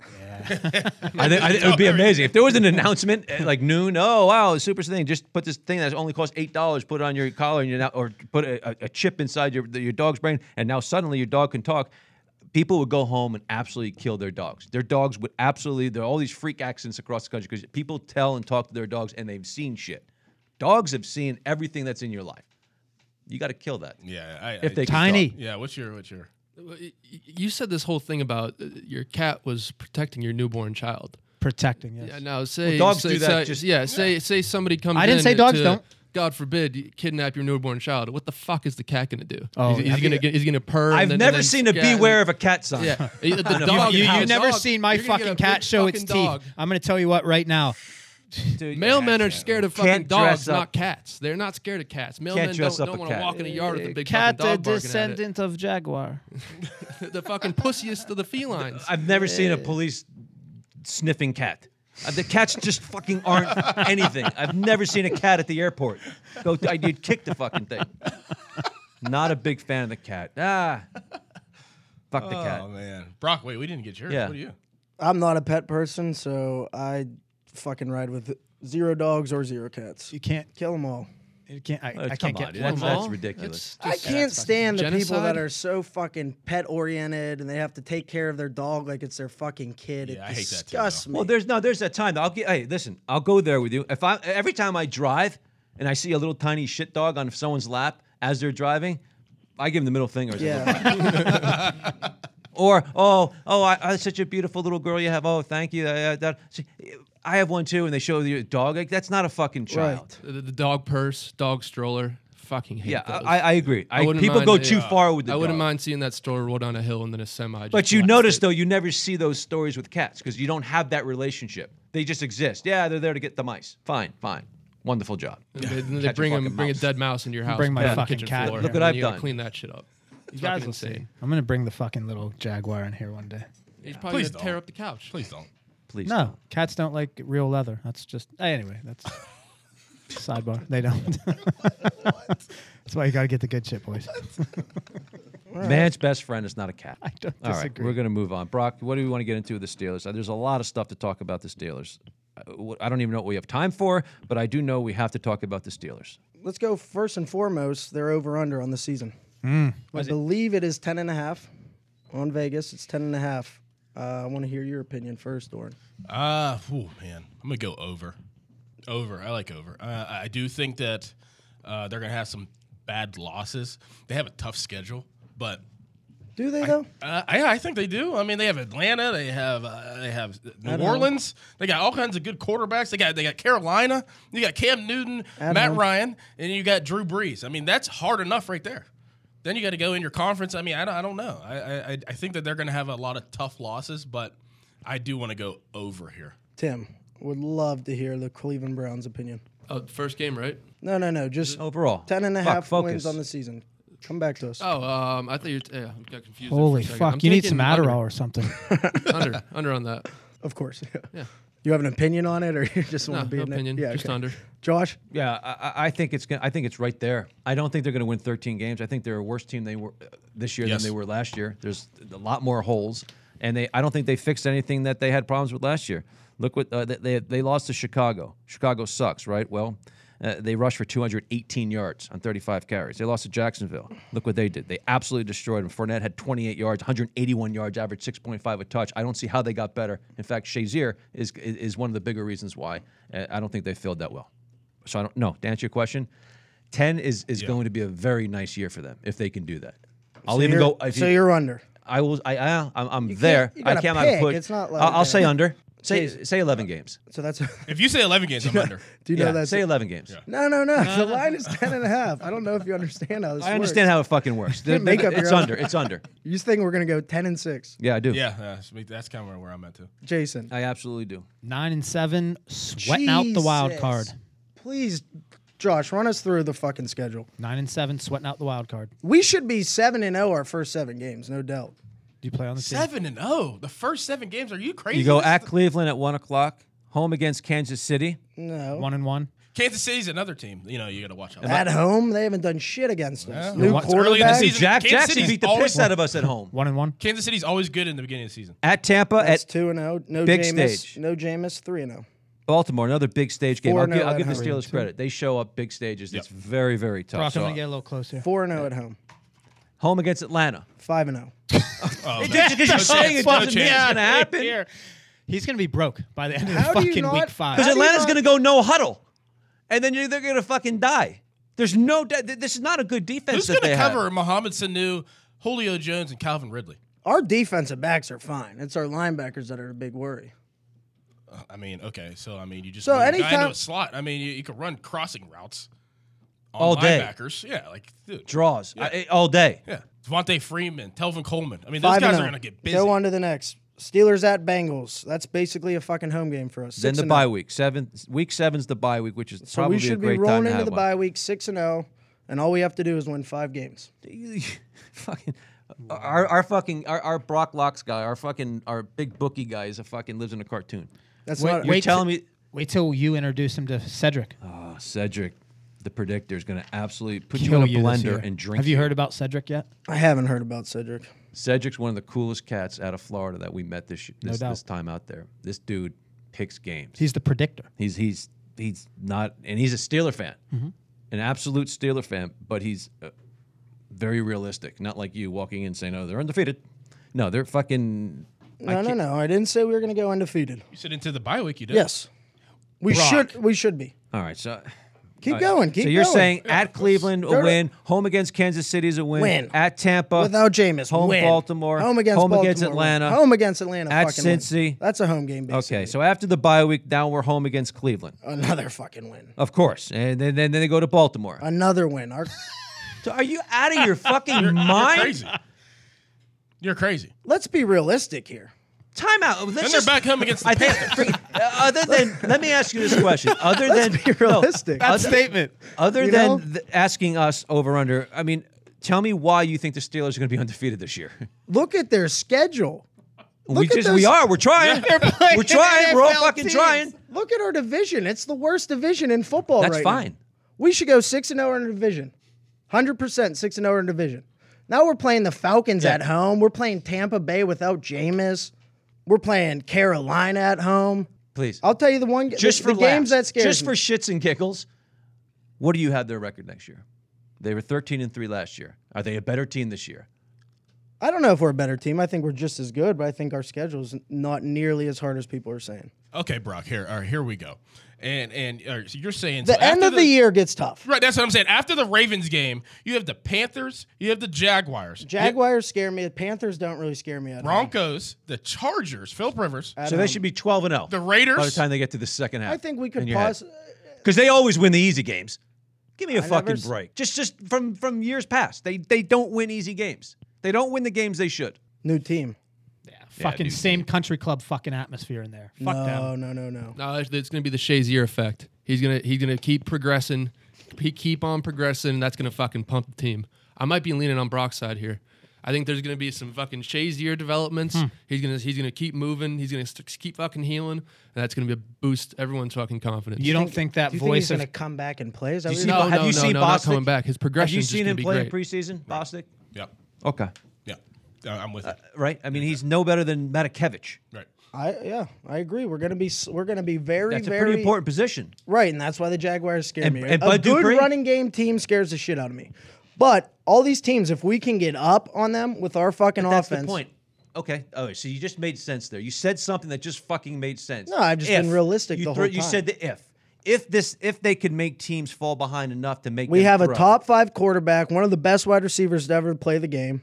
Speaker 5: I think, I think it would be amazing if there was an announcement at like noon. Oh wow, super thing! Just put this thing that only costs eight dollars. Put it on your collar, and you now or put a, a- a chip inside your your dog's brain, and now suddenly your dog can talk. People would go home and absolutely kill their dogs. Their dogs would absolutely. There are all these freak accidents across the country because people tell and talk to their dogs, and they've seen shit. Dogs have seen everything that's in your life. You got to kill that.
Speaker 3: Yeah. I,
Speaker 5: If they
Speaker 3: I,
Speaker 5: can
Speaker 4: Tiny.
Speaker 5: talk.
Speaker 3: yeah. What's your what's your?
Speaker 7: Well, y- y- You said this whole thing about uh, your cat was protecting your newborn child.
Speaker 4: protecting. Yes.
Speaker 7: Yeah, no, say
Speaker 5: dogs
Speaker 7: say,
Speaker 5: do that
Speaker 7: say-
Speaker 5: just-
Speaker 7: yeah, say say somebody comes.
Speaker 4: I didn't
Speaker 7: in
Speaker 4: say dogs
Speaker 7: to,
Speaker 4: don't.
Speaker 7: God forbid, you kidnap your newborn child. What the fuck is the cat gonna do?
Speaker 4: Oh,
Speaker 7: Oh, he's,
Speaker 4: have
Speaker 7: gonna get, he's gonna purr. and
Speaker 5: I've
Speaker 7: then- and
Speaker 5: never
Speaker 7: then
Speaker 5: seen a
Speaker 7: scat and-
Speaker 5: beware of a cat sign.
Speaker 7: Yeah, the
Speaker 5: You-
Speaker 7: dog.
Speaker 5: you-
Speaker 4: You,
Speaker 5: How
Speaker 4: you've
Speaker 5: is
Speaker 4: never
Speaker 7: dog.
Speaker 4: seen my
Speaker 7: You're gonna get
Speaker 4: fucking
Speaker 7: a
Speaker 4: cat
Speaker 7: big
Speaker 4: show its
Speaker 7: fucking dog.
Speaker 4: teeth. I'm going to tell you what right now.
Speaker 5: Dude,
Speaker 7: Mailmen are scared of fucking
Speaker 5: Can't
Speaker 7: dogs,
Speaker 5: dress up.
Speaker 7: not cats. They're not scared of cats. Mailmen
Speaker 5: dress
Speaker 7: don't,
Speaker 5: up
Speaker 7: don't
Speaker 5: a
Speaker 7: want to
Speaker 5: cat.
Speaker 7: walk in a yard with a big
Speaker 4: Cat,
Speaker 7: fucking
Speaker 4: a
Speaker 7: dog barking at it.
Speaker 4: descendant of jaguar.
Speaker 7: The fucking pussiest of the felines.
Speaker 5: I've never seen a police sniffing cat. Uh, The cats just fucking aren't anything. I've never seen a cat at the airport. Go, I, you'd kick the fucking thing. Not a big fan of the cat. Ah, fuck the cat.
Speaker 3: Oh man, Brock, wait, we didn't get yours.
Speaker 5: Yeah.
Speaker 3: What are you?
Speaker 6: I'm not a pet person, so I fucking ride with zero dogs or zero cats.
Speaker 4: You can't.
Speaker 6: Kill them all.
Speaker 4: You can't. I,
Speaker 5: Uh, come
Speaker 4: I can't
Speaker 5: on,
Speaker 4: get.
Speaker 5: dude, that's,
Speaker 7: them
Speaker 5: that's
Speaker 7: all.
Speaker 5: ridiculous.
Speaker 6: I can't stand the people
Speaker 7: genocide?
Speaker 6: that are so fucking pet oriented and they have to take care of their dog like it's their fucking kid.
Speaker 3: Yeah, I
Speaker 6: it
Speaker 3: hate that too,
Speaker 6: disgusts me.
Speaker 5: Well, there's no, there's that time. I'll get. Hey, listen, I'll go there with you. If I every time I drive and I see a little tiny shit dog on someone's lap as they're driving, I give them the middle finger. as I go by.
Speaker 6: yeah,
Speaker 5: Or oh oh, I, I such a beautiful little girl you have. Oh, thank you. I, I, that, see, I have one too, and they show the dog. Like, that's not a fucking child.
Speaker 6: right.
Speaker 7: The, the dog purse, dog stroller. Fucking hate
Speaker 5: Yeah,
Speaker 7: those.
Speaker 5: I, I agree. I,
Speaker 7: wouldn't
Speaker 5: people
Speaker 7: mind
Speaker 5: go
Speaker 7: it,
Speaker 5: too
Speaker 7: yeah.
Speaker 5: far with the.
Speaker 7: I wouldn't
Speaker 5: dog.
Speaker 7: mind seeing that store roll down a hill and then a semi. just
Speaker 5: But you
Speaker 7: blast
Speaker 5: notice
Speaker 7: it.
Speaker 5: though, you never see those stories with cats because you don't have that relationship. They just exist. Yeah, they're there to get the mice. Fine, fine, wonderful job.
Speaker 7: And they, and they
Speaker 5: Catch a
Speaker 7: bring 'em-
Speaker 5: fucking
Speaker 7: bring a
Speaker 5: mouse.
Speaker 7: dead mouse into your house.
Speaker 4: Bring my
Speaker 7: put it on the
Speaker 4: fucking
Speaker 7: kitchen
Speaker 4: cat
Speaker 7: floor,
Speaker 4: in Look
Speaker 5: what
Speaker 7: and
Speaker 5: I've
Speaker 7: you gotta
Speaker 5: done.
Speaker 7: Clean that shit up. It's
Speaker 4: You guys
Speaker 7: fucking
Speaker 4: will see.
Speaker 7: insane.
Speaker 4: I'm gonna bring the fucking little jaguar in here one day.
Speaker 7: He's probably
Speaker 3: Please
Speaker 7: gonna tear
Speaker 3: don't.
Speaker 7: up the couch.
Speaker 3: Please don't.
Speaker 5: Please.
Speaker 4: No, cats don't like real leather. That's just anyway. That's sidebar. They don't. That's why you gotta get the good shit, boys.
Speaker 5: Man's best friend is not a cat.
Speaker 4: I don't
Speaker 5: All right,
Speaker 4: disagree.
Speaker 5: we're going to move on. Brock, what do we want to get into with the Steelers? Uh, There's a lot of stuff to talk about the Steelers. Uh, wh- I don't even know what we have time for, but I do know we have to talk about the Steelers.
Speaker 6: Let's go first and foremost. They're over under on the season.
Speaker 5: Hmm.
Speaker 6: I believe it is ten and a half on Vegas. It's ten and a half. Uh, I want to hear your opinion first, Doran.
Speaker 3: Uh, oh man, I'm gonna go over. Over. I like over. Uh, I do think that uh, they're gonna have some bad losses. They have a tough schedule, but
Speaker 6: Do they though?
Speaker 3: uh, I, I think they do. I mean, they have Atlanta. They have uh, they have New
Speaker 6: At home.
Speaker 3: Orleans. They got all kinds of good quarterbacks. They got they got Carolina. You got Cam Newton,
Speaker 6: At
Speaker 3: Matt
Speaker 6: home.
Speaker 3: Ryan, and you got Drew Brees. I mean, that's hard enough right there. Then you got to go in your conference. I mean, I don't, I don't know. I, I I- I think that they're gonna have a lot of tough losses, but I do want to go over here.
Speaker 6: Tim would love to hear the Cleveland Browns opinion.
Speaker 7: Oh, first game, right?
Speaker 6: No, no, no. Just
Speaker 5: Overall,
Speaker 6: ten and a
Speaker 5: Fuck,
Speaker 6: half
Speaker 5: focus. Uh,
Speaker 6: wins on the season. Come back to us.
Speaker 7: Oh, um, I thought you uh, I got confused. there for a
Speaker 4: Holy
Speaker 7: second.
Speaker 4: fuck!
Speaker 7: I'm
Speaker 4: You need
Speaker 7: thinking
Speaker 4: some Adderall or something.
Speaker 7: Under, under, under on that.
Speaker 6: Of course.
Speaker 7: Yeah.
Speaker 6: You have an opinion on it, or you just
Speaker 7: No,
Speaker 6: want to be
Speaker 7: no
Speaker 6: in
Speaker 7: opinion.
Speaker 6: it?
Speaker 7: just
Speaker 6: okay.
Speaker 7: under.
Speaker 6: Josh,
Speaker 5: Yeah, I, I- I think it's gonna, I think it's right there. I don't think they're going to win 13 games. I think they're a worse team they were uh, this year
Speaker 3: Yes.
Speaker 5: than they were last year. There's a lot more holes, and they I don't think they fixed anything that they had problems with last year. Look what uh, they- they they lost to Chicago. Chicago sucks, right? Well. Uh, they rushed for 218 yards on 35 carries. They lost to Jacksonville. Look what they did. They absolutely destroyed them. Fournette had 28 yards, 181 yards, average 6.5 a touch. I don't see how they got better. In fact, Shazier is is one of the bigger reasons why. Uh, I don't think they filled that well so I don't know. To answer your question, ten is is going to be a very nice year for them if they can do that. I'll even
Speaker 6: you're-
Speaker 5: go. If
Speaker 6: so
Speaker 5: you-
Speaker 6: you're under.
Speaker 5: I will. I, I I'm, I'm there.
Speaker 6: you
Speaker 5: I
Speaker 6: gotta
Speaker 5: can't out
Speaker 6: pick.
Speaker 5: put.
Speaker 6: It's not like-
Speaker 5: I'll, I'll say under. Say
Speaker 6: Jeez.
Speaker 5: say eleven games.
Speaker 6: So that's.
Speaker 3: If you say 11 games, I'm under.
Speaker 6: do you
Speaker 5: yeah,
Speaker 6: know that?
Speaker 5: say eleven games.
Speaker 6: No, no, no. The line is ten and a half. I don't know if you understand how this
Speaker 5: I understand how it fucking works. The-
Speaker 6: Make
Speaker 5: the-
Speaker 6: up your
Speaker 5: it's
Speaker 6: own-
Speaker 5: under. It's under.
Speaker 6: You think we're gonna go ten and six,
Speaker 5: Yeah, I do.
Speaker 3: Yeah, uh, so me- that's kind of where I'm at too.
Speaker 6: Jason?
Speaker 5: I absolutely do.
Speaker 4: Nine and seven, sweating out the wild
Speaker 6: Jesus.
Speaker 4: card.
Speaker 6: Please, Josh, run us through the fucking schedule.
Speaker 4: Nine and seven, sweating out the wild card.
Speaker 6: We should be seven and zero our first seven games, no doubt.
Speaker 4: Do you play on the team?
Speaker 3: Seven and oh, the first seven games. Are you crazy?
Speaker 5: You go
Speaker 3: This is
Speaker 5: at
Speaker 3: the-
Speaker 5: Cleveland at one o'clock. Home against Kansas City.
Speaker 6: No.
Speaker 4: One and one.
Speaker 3: Kansas City's another team. You know you got to watch out.
Speaker 6: At home, they haven't done shit against us.
Speaker 4: Yeah,
Speaker 6: New
Speaker 4: what- it's
Speaker 3: early in the
Speaker 6: quarterback.
Speaker 3: season.
Speaker 5: Jack
Speaker 3: Kansas
Speaker 5: Jackson
Speaker 3: City's
Speaker 5: beat the
Speaker 3: always-
Speaker 5: piss out of us at home.
Speaker 4: One and one.
Speaker 3: Kansas City's always good in the beginning of the season.
Speaker 5: At Tampa,
Speaker 6: That's
Speaker 5: at
Speaker 6: two and zero. No
Speaker 5: Big
Speaker 6: Jameis.
Speaker 5: stage.
Speaker 6: No Jameis. Three and oh. zero.
Speaker 5: Baltimore, another big stage game. I'll,
Speaker 6: 4-0
Speaker 5: give, I'll
Speaker 6: at
Speaker 5: give the
Speaker 6: home.
Speaker 5: Steelers credit. They show up big stages. It's very, very tough.
Speaker 4: Brock,
Speaker 5: So, uh,
Speaker 4: I'm gonna get a little closer.
Speaker 6: Four and zero at home.
Speaker 5: home against Atlanta.
Speaker 6: Five and zero.
Speaker 3: Oh, man.
Speaker 5: Just because you're saying it
Speaker 3: No
Speaker 5: doesn't mean
Speaker 3: chance.
Speaker 5: it's going to happen.
Speaker 4: Here. He's gonna be broke by the end of
Speaker 6: How
Speaker 4: the
Speaker 6: do you
Speaker 4: fucking
Speaker 6: not-
Speaker 4: week five.
Speaker 5: Because
Speaker 6: How do you
Speaker 5: Atlanta's
Speaker 6: not-
Speaker 5: going to go no huddle, and then you're, they're going to fucking die. There's no. doubt- th- This is not a good defense
Speaker 3: Who's
Speaker 5: that
Speaker 3: going
Speaker 5: they
Speaker 3: to cover
Speaker 5: have.
Speaker 3: Mohamed Sanu, Julio Jones, and Calvin Ridley?
Speaker 6: Our defensive backs are fine. It's our linebackers that are a big worry.
Speaker 3: I mean, okay, so I mean, you just
Speaker 6: So
Speaker 3: move a guy
Speaker 6: anytime-
Speaker 3: into a slot. I mean, you, you could run crossing routes on
Speaker 5: All day.
Speaker 3: linebackers. Yeah, like dude,
Speaker 5: Draws I- all day.
Speaker 3: yeah, Devontae Freeman, Telvin Coleman. I mean, those
Speaker 6: Five and
Speaker 3: guys are
Speaker 6: oh.
Speaker 3: gonna get busy.
Speaker 6: Go on to the next. Steelers at Bengals. That's basically a fucking home game for us.
Speaker 5: Then
Speaker 6: Six
Speaker 5: the
Speaker 6: and
Speaker 5: bye
Speaker 6: oh.
Speaker 5: week. Seven week seven's the bye week, which is
Speaker 6: So
Speaker 5: probably
Speaker 6: we should
Speaker 5: a
Speaker 6: be
Speaker 5: great
Speaker 6: rolling
Speaker 5: time to
Speaker 6: into
Speaker 5: have
Speaker 6: the
Speaker 5: one.
Speaker 6: bye week six and zero, and all we have to do is win five games.
Speaker 5: fucking our, our fucking our, our Brock Locks guy, our fucking our big bookie guy is a fucking lives in a cartoon.
Speaker 6: That's
Speaker 4: Wait,
Speaker 6: not.
Speaker 5: You're
Speaker 4: wait
Speaker 5: telling
Speaker 4: till-
Speaker 5: me
Speaker 4: Wait till you introduce him to Cedric.
Speaker 5: oh, Cedric, the predictor is gonna absolutely put you in
Speaker 4: Kill
Speaker 5: a
Speaker 4: you this year.
Speaker 5: blender and drink.
Speaker 4: Have you heard about Cedric yet?
Speaker 6: I haven't heard about Cedric.
Speaker 5: Cedric's one of the coolest cats out of Florida that we met this this,
Speaker 4: doubt.
Speaker 5: this time out there. This dude picks games.
Speaker 4: He's the predictor.
Speaker 5: He's he's he's not, and he's a Steeler fan, an absolute Steeler fan. But he's uh, very realistic. Not like you walking in saying, "Oh, they're undefeated." No, they're fucking.
Speaker 6: No, no, no. I didn't say we were going to go undefeated.
Speaker 3: You said into the bye week, you did.
Speaker 6: Yes, we
Speaker 3: Brock.
Speaker 6: should. We should be.
Speaker 5: All right, so
Speaker 6: Keep going. Keep
Speaker 5: so you're
Speaker 6: going.
Speaker 5: saying at Cleveland
Speaker 6: Go
Speaker 5: a
Speaker 6: to-
Speaker 5: win, home against Kansas City is a win,
Speaker 6: Win.
Speaker 5: at Tampa
Speaker 6: without Jameis,
Speaker 5: uh, home
Speaker 6: win.
Speaker 5: Baltimore,
Speaker 6: home against
Speaker 5: home
Speaker 6: Baltimore,
Speaker 5: against
Speaker 6: win.
Speaker 5: Atlanta,
Speaker 6: home against Atlanta,
Speaker 5: at
Speaker 6: fucking win.
Speaker 5: Cincy.
Speaker 6: That's a home game. Basically.
Speaker 5: Okay, so after the bye week, now we're home against Cleveland,
Speaker 6: another fucking win,
Speaker 5: of course, and then then, then they go to Baltimore.
Speaker 6: another win. Our,
Speaker 5: So are you out of your fucking
Speaker 3: You're
Speaker 5: mind?
Speaker 3: crazy. You're crazy.
Speaker 6: let's be realistic here.
Speaker 5: Timeout. Let's
Speaker 3: Then
Speaker 5: just-
Speaker 3: they're back home against the
Speaker 5: I think, uh,
Speaker 3: Panthers.
Speaker 5: other than, let me ask you this question. Other than
Speaker 6: be realistic.
Speaker 5: no,
Speaker 6: That
Speaker 5: other,
Speaker 4: statement.
Speaker 5: other
Speaker 6: you know?
Speaker 5: than th- asking us over under, I mean, tell me why you think the Steelers are going to be undefeated this year.
Speaker 6: Look at their schedule.
Speaker 5: we
Speaker 6: Look at
Speaker 5: just
Speaker 6: those-
Speaker 5: we are. We're trying.
Speaker 4: playing
Speaker 5: We're trying. We're all
Speaker 4: NFL
Speaker 5: fucking
Speaker 4: teams.
Speaker 5: trying.
Speaker 6: Look at our division. It's the worst division in football.
Speaker 5: That's
Speaker 6: right now.
Speaker 5: fine.
Speaker 6: We should go six and zero in our division. Hundred percent six and zero in our division. Now we're playing the Falcons at home. We're playing Tampa Bay without Jameis. We're playing Carolina at home.
Speaker 5: Please.
Speaker 6: I'll tell you the one
Speaker 5: just
Speaker 6: the,
Speaker 5: for
Speaker 6: the games that
Speaker 5: laughs,
Speaker 6: scares
Speaker 5: Just
Speaker 6: me.
Speaker 5: for shits and giggles. What do you have their record next year? They were 13 and 3 last year. Are they a better team this year?
Speaker 6: I don't know if we're a better team. I think we're just as good, but I think our schedule is not nearly as hard as people are saying.
Speaker 3: Okay, Brock. Here, all right, here we go. And and all right, so you're saying
Speaker 6: The
Speaker 3: so
Speaker 6: end
Speaker 3: after
Speaker 6: of the, year gets tough.
Speaker 3: Right, that's what I'm saying. After the Ravens game, you have the Panthers, you have the Jaguars,
Speaker 6: Jaguars scare me. The Panthers don't really scare me at all.
Speaker 3: Broncos, the Chargers, Philip Rivers.
Speaker 6: Uh,
Speaker 5: So they should be 12 and 0.
Speaker 3: The Raiders?
Speaker 5: By the time they get to the second half.
Speaker 6: I think we could
Speaker 5: in your head.
Speaker 6: pause.
Speaker 5: because they always win the easy games. Give me a
Speaker 6: never
Speaker 5: fucking
Speaker 6: s-
Speaker 5: break. Just just from from years past, they they don't win easy games. They don't win the games they should.
Speaker 6: New team.
Speaker 4: fucking same country club fucking atmosphere in there. Fuck
Speaker 6: no,
Speaker 4: them.
Speaker 6: no, no, no.
Speaker 7: No, it's, it's going to be the Shazier effect. He's gonna he's gonna keep progressing, he keep on progressing. and That's gonna fucking pump the team. I might be leaning on Brock's side here. I think there's gonna be some fucking Shazier developments.
Speaker 6: Hmm.
Speaker 7: He's gonna he's gonna keep moving. He's gonna st- keep fucking healing, and that's gonna be a boost everyone's fucking confidence.
Speaker 4: You don't think that
Speaker 6: Do you think
Speaker 4: voice
Speaker 6: he's gonna
Speaker 4: of
Speaker 6: come back and play? Is that
Speaker 5: You
Speaker 6: what
Speaker 5: see,
Speaker 6: you're-
Speaker 7: No,
Speaker 5: have
Speaker 7: no,
Speaker 5: you
Speaker 7: no,
Speaker 5: seen
Speaker 7: no,
Speaker 5: Bostic?
Speaker 7: not coming back.
Speaker 5: Have
Speaker 7: His
Speaker 5: you
Speaker 7: progression's just
Speaker 5: seen
Speaker 7: gonna
Speaker 5: him
Speaker 7: be
Speaker 5: play in
Speaker 7: great.
Speaker 5: preseason, Bostic?
Speaker 3: Yep.
Speaker 5: Okay,
Speaker 3: Yep. Uh, I'm with you.
Speaker 5: right. I mean, he's no better than Matakevich.
Speaker 3: Right.
Speaker 6: I yeah, I agree. We're gonna be s- we're gonna be very
Speaker 5: That's a
Speaker 6: very
Speaker 5: pretty important position.
Speaker 6: right, and that's why the Jaguars scare
Speaker 5: And-
Speaker 6: me.
Speaker 5: and
Speaker 6: a
Speaker 5: Bud
Speaker 6: good
Speaker 5: Dupree?
Speaker 6: running game team scares the shit out of me. But all these teams, if we can get up on them with our fucking
Speaker 5: That's
Speaker 6: offense,
Speaker 5: the point. Okay. Oh, so you just made sense there. You said something that just fucking made sense.
Speaker 6: No, I've just been realistic
Speaker 5: You,
Speaker 6: the
Speaker 5: throw-
Speaker 6: whole
Speaker 5: you said the if. If this, if they could make teams fall behind enough to make,
Speaker 6: we
Speaker 5: them
Speaker 6: have a
Speaker 5: throw.
Speaker 6: top five quarterback, one of the best wide receivers to ever play the game,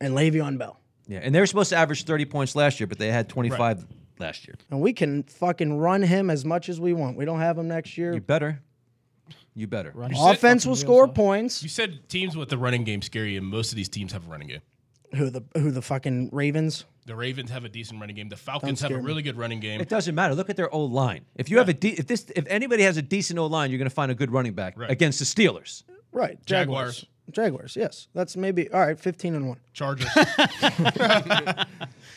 Speaker 6: and Le'Veon Bell.
Speaker 5: Yeah, and they were supposed to average thirty points last year, but they had twenty five last year.
Speaker 6: And we can fucking run him as much as we want. We don't have him next
Speaker 5: You
Speaker 6: year.
Speaker 5: better. You better. Right.
Speaker 6: uh, Offense will score points.
Speaker 3: You said teams with the running game scare you, and most of these teams have a running game.
Speaker 6: Who the who the fucking Ravens?
Speaker 3: The Ravens have a decent running game. The Falcons have a
Speaker 6: scare me.
Speaker 3: really good running game.
Speaker 5: It doesn't matter. Look at their O line. If you have a de- if this if anybody has a decent O line, you're going to find a good running back
Speaker 3: Right.
Speaker 5: against the Steelers.
Speaker 6: Right.
Speaker 3: Jaguars.
Speaker 6: Jaguars, yes. That's maybe all right, fifteen and one.
Speaker 3: Chargers.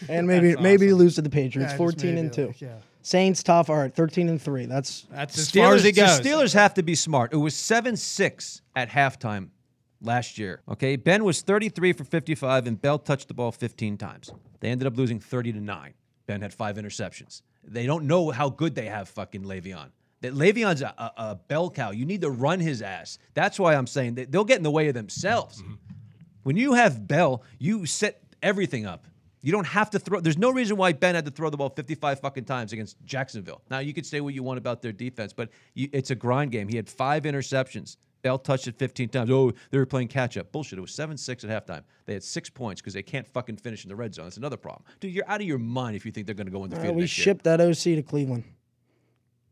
Speaker 6: And maybe maybe you lose to the Patriots,
Speaker 4: Yeah, just
Speaker 6: fourteen and
Speaker 4: maybe,
Speaker 6: two.
Speaker 4: like, yeah.
Speaker 6: Saints tough, all right, thirteen and three. That's
Speaker 4: that's as
Speaker 5: Steelers,
Speaker 4: far as it
Speaker 5: the
Speaker 4: goes?
Speaker 5: Steelers have to be smart. It was seven six at halftime last year. Okay, Ben was thirty three for fifty five, and Bell touched the ball fifteen times. They ended up losing thirty to nine. Ben had five interceptions. They don't know how good they have fucking Le'Veon. That Le'Veon's a, a, a bell cow. You need to run his ass. That's why I'm saying that they'll get in the way of themselves. When you have Bell, you set everything up. You don't have to throw. There's no reason why Ben had to throw the ball 55 fucking times against Jacksonville. Now you could say what you want about their defense, but you, it's a grind game. He had five interceptions. They'll touch it 15 times. Oh, they were playing catch up. Bullshit. It was 7 6 at halftime. They had six points because they can't fucking finish in the red zone. That's another problem. Dude, you're out of your mind if you think they're going to go in the
Speaker 6: Uh,
Speaker 5: field.
Speaker 6: we
Speaker 5: next year.
Speaker 6: shipped that OC to Cleveland.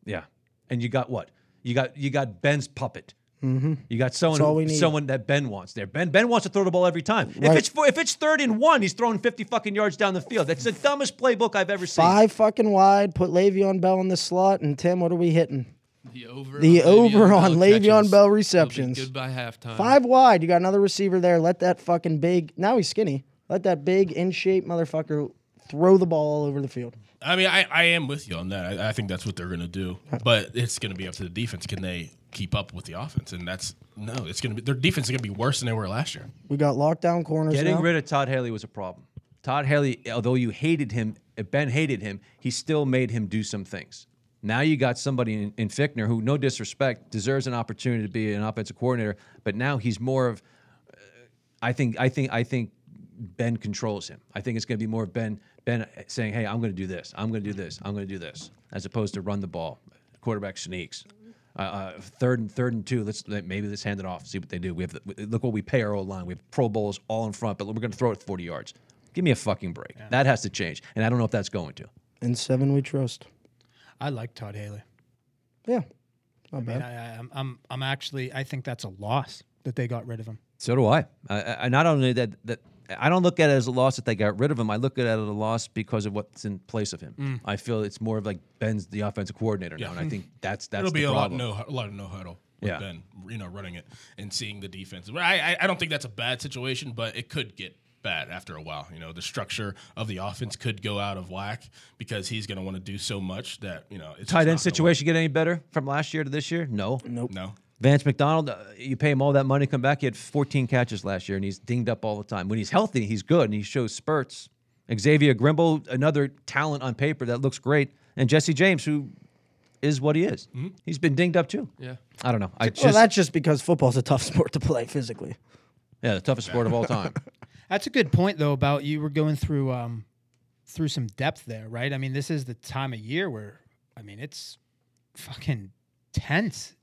Speaker 5: Yeah. And you got what? You got you got Ben's puppet. Mm-hmm. You got someone
Speaker 6: That's all
Speaker 5: who-
Speaker 6: we need.
Speaker 5: someone that Ben wants there. Ben Ben wants to throw the ball every time. If
Speaker 6: Right.
Speaker 5: it's four, if it's third and one, he's throwing fifty fucking yards down the field. That's the dumbest playbook I've ever seen.
Speaker 6: Five fucking wide. Put Le'Veon Bell in the slot, and Tim, what are we hitting?
Speaker 7: The over.
Speaker 6: The
Speaker 7: on Le'Veon
Speaker 6: over on
Speaker 7: Bell
Speaker 6: Le'Veon
Speaker 7: catches
Speaker 6: Bell
Speaker 7: will be
Speaker 6: receptions.
Speaker 7: Good by halftime.
Speaker 6: Five wide. You got another receiver there. Let that fucking big. Now he's skinny. Let that big in shape motherfucker throw the ball all over the field.
Speaker 3: I mean, I, I am with you on that. I, I think that's what they're going to do, but it's going to be up to the defense. Can they keep up with the offense? And that's no. It's going to be their defense is going to be worse than they were last year.
Speaker 6: We got lockdown corners
Speaker 5: Getting
Speaker 6: now.
Speaker 5: rid of Todd Haley was a problem. Todd Haley, although you hated him, uh, Ben hated him, he still made him do some things. Now you got somebody in, in Fickner who, no disrespect, deserves an opportunity to be an offensive coordinator, but now he's more of I think I think I think Ben controls him. I think it's going to be more Ben Ben saying, "Hey, I'm going to do this. I'm going to do this. I'm going to do this," as opposed to run the ball, quarterback sneaks. Uh, uh, third and third and two. Let's let- maybe let's hand it off. See what they do. We have the, look what we pay our O line. We have Pro Bowls all in front, but we're going to throw it 40 yards. Give me a fucking break. That has to change, and I don't know if that's going to.
Speaker 6: and seven we trust.
Speaker 4: I like Todd Haley.
Speaker 6: Yeah. Not
Speaker 4: And
Speaker 6: bad.
Speaker 4: I, I, I'm, I'm, I'm actually, I think that's a loss that they got rid of him.
Speaker 5: So do I. I, I I- not only that that I don't look at it as a loss that they got rid of him. I look at it as a loss because of what's in place of him.
Speaker 3: Mm.
Speaker 5: I feel it's more of like Ben's the offensive coordinator now, and I think that's that's
Speaker 3: It'll
Speaker 5: the
Speaker 3: be a lot
Speaker 5: problem.
Speaker 3: no a lot of no huddle. With
Speaker 5: Yeah.
Speaker 3: Ben, you know, running it and seeing the defense. Well, I, I I don't think that's a bad situation, but it could get bad after a while. You know, the structure of the offense could go out of whack because he's going to want to do so much that you know it's
Speaker 5: Tight end
Speaker 3: just not gonna
Speaker 5: situation get any better from last year to this year? No.
Speaker 3: work. No,
Speaker 5: Vance McDonald, uh, you pay him all that money, come back. He had 14 catches last year, and he's dinged up all the time. When he's healthy, he's good, and he shows spurts. Xavier Grimble, another talent on paper that looks great, and Jesse James, who is what he is.
Speaker 3: Mm-hmm.
Speaker 5: He's been dinged up too.
Speaker 7: Yeah.
Speaker 5: I don't know. I just
Speaker 6: well, that's just because football's a tough sport to play physically.
Speaker 5: yeah, the toughest sport of all time.
Speaker 4: That's a good point though about you were going through um through some depth there, right? I mean, this is the time of year where I mean, it's fucking tense.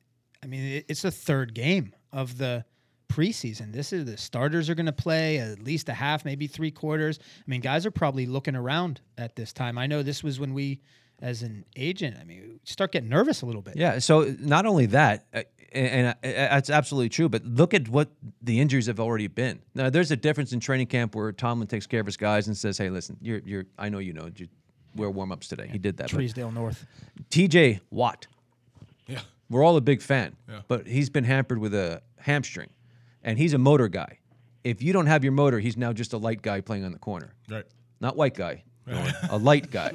Speaker 4: I mean, it, it's the third game of the preseason. This is the starters are going to play at least a half, maybe three quarters. I mean, guys are probably looking around at this time. I know this was when we as an agent, I mean, we start getting nervous a little bit.
Speaker 5: Yeah. So not only that, uh, and, and uh, that's absolutely true, but look at what the injuries have already been. Now, there's a difference in training camp where Tomlin takes care of his guys and says, "Hey, listen, you're, you're. I know you know. You wear warm ups today. He did that. but-
Speaker 4: Treesdale North.
Speaker 5: T.J. Watt,
Speaker 3: yeah,
Speaker 5: we're all a big fan, but he's been hampered with a hamstring, and he's a motor guy. If you don't have your motor, he's now just a light guy playing on the corner
Speaker 3: right.
Speaker 5: not white guy, Norm, a light guy.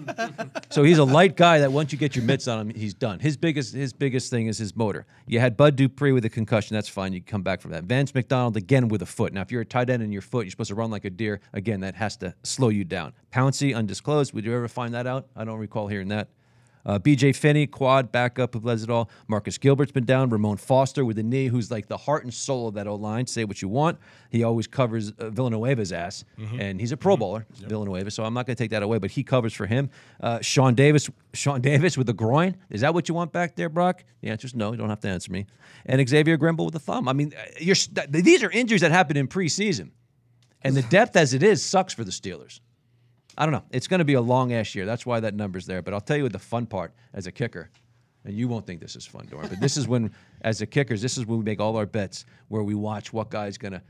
Speaker 5: so he's a light guy that once you get your mitts on him, he's done. His biggest his biggest thing is his motor. You had Bud Dupree with a concussion, that's fine. You come back from that. Vance McDonald again with a foot. Now, if you're a tight end and your foot, you're supposed to run like a deer. Again, that has to slow you down. Pouncy, undisclosed. Would you ever find that out? I don't recall hearing that. Uh, B.J. Finney, quad backup of Les all. Marcus Gilbert's been down. Ramon Foster with the knee, who's like the heart and soul of that O line. Say what you want. He always covers uh, Villanueva's ass, and he's a Pro Bowler, Villanueva. So I'm not going to take that away, but he covers for him. Uh, Sean Davis, Sean Davis with the groin. Is that what you want back there, Brock? The answer is no. You don't have to answer me. And Xavier Grimble with the thumb. I mean, uh, you're, st- these are injuries that happen in preseason, and the depth as it is sucks for the Steelers. I don't know. It's going to be a long ass year. That's why that number's there. But I'll tell you the fun part as a kicker, and you won't think this is fun, Doran. But this is when, as the kickers, this is when we make all our bets, where we watch what guy's going to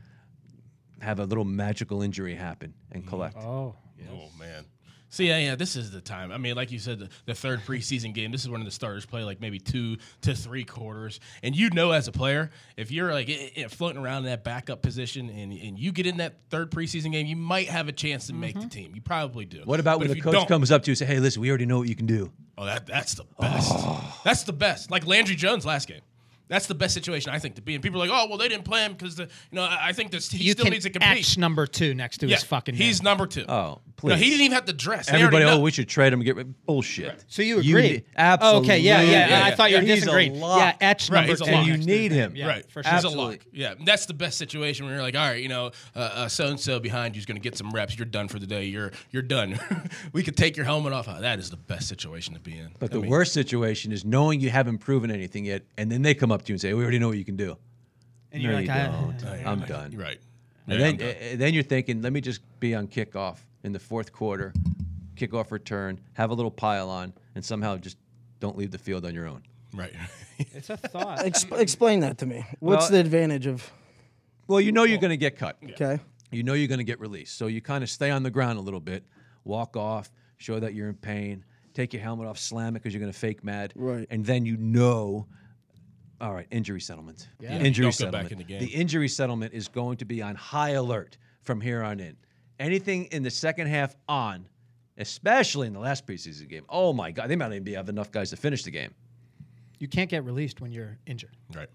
Speaker 5: have a little magical injury happen and collect.
Speaker 4: Oh.
Speaker 3: Oh man. So yeah, yeah, this is the time. I mean, like you said, the, the third preseason game. This is when the starters play like maybe two to three quarters, and you know, as a player, if you're like i- i- floating around in that backup position, and, and you get in that third preseason game, you might have a chance to
Speaker 4: Mm-hmm.
Speaker 3: make the team. You probably do.
Speaker 5: What about
Speaker 3: But
Speaker 5: when
Speaker 3: if
Speaker 5: the
Speaker 3: you
Speaker 5: coach
Speaker 3: don't-
Speaker 5: comes up to you and say, "Hey, listen, we already know what you can do."
Speaker 3: Oh, that that's the best. That's the best. Like Landry Jones last game. That's the best situation I think to be in. People are like, oh well, they didn't play him because the you know I I think this he
Speaker 4: You
Speaker 3: still
Speaker 4: can
Speaker 3: needs to compete.
Speaker 4: etch number two next to his fucking name.
Speaker 3: he's number two.
Speaker 5: Oh,
Speaker 3: No,
Speaker 5: please.
Speaker 3: he didn't even have to dress. They already
Speaker 5: Everybody,
Speaker 3: know.
Speaker 5: oh, we should trade him. and Get rid. Bullshit.
Speaker 4: So you agree?
Speaker 5: need- absolutely.
Speaker 4: okay. Yeah. Yeah.
Speaker 3: Yeah,
Speaker 4: I
Speaker 3: yeah,
Speaker 4: thought you
Speaker 3: yeah.
Speaker 4: were
Speaker 5: He's a
Speaker 4: disagreeing.
Speaker 5: lock.
Speaker 4: Yeah. Etch
Speaker 3: Right,
Speaker 4: number
Speaker 3: he's a
Speaker 4: two.
Speaker 3: lock.
Speaker 5: And you need him.
Speaker 4: Yeah,
Speaker 3: right. For
Speaker 4: for sure.
Speaker 3: sure. He's a
Speaker 5: Absolutely.
Speaker 3: lock. Yeah. That's the best situation when you're like, all right, you know, so and so behind you is going to get some reps. You're done for the day. You're you're done. we could take your helmet off. Oh, that is the best situation to be in.
Speaker 5: But the worst situation is knowing you haven't proven anything yet, and then they come up to you and say, "We already know what you can do."
Speaker 4: And
Speaker 5: No,
Speaker 4: you're
Speaker 5: you
Speaker 4: like, "Uh, I,
Speaker 5: don't. I'm done.
Speaker 3: You're right.
Speaker 5: And
Speaker 3: Yeah,
Speaker 5: then,
Speaker 3: I'm done.
Speaker 5: uh, then you're thinking, let me just be on kickoff in the fourth quarter, kickoff return, have a little pile on, and somehow just don't leave the field on your own.
Speaker 3: right.
Speaker 4: it's a thought.
Speaker 6: Ex- explain that to me. What's
Speaker 5: Well-
Speaker 6: the advantage of?
Speaker 5: Well, you know you're going to get cut.
Speaker 6: Okay.
Speaker 5: You know you're going to get released. So you kind of stay on the ground a little bit, walk off, show that you're in pain, take your helmet off, slam it because you're going to fake mad.
Speaker 6: Right.
Speaker 5: And then you know, all right, injury settlement. Yeah.
Speaker 3: Don't go
Speaker 5: Injury
Speaker 3: back
Speaker 5: settlement.
Speaker 3: in the game.
Speaker 5: injury settlement is going to be on high alert from here on in. Anything in the second half on, especially in the last preseason game. Oh my God, they might not even be have enough guys to finish the game.
Speaker 4: You can't get released when you're injured.
Speaker 3: Right.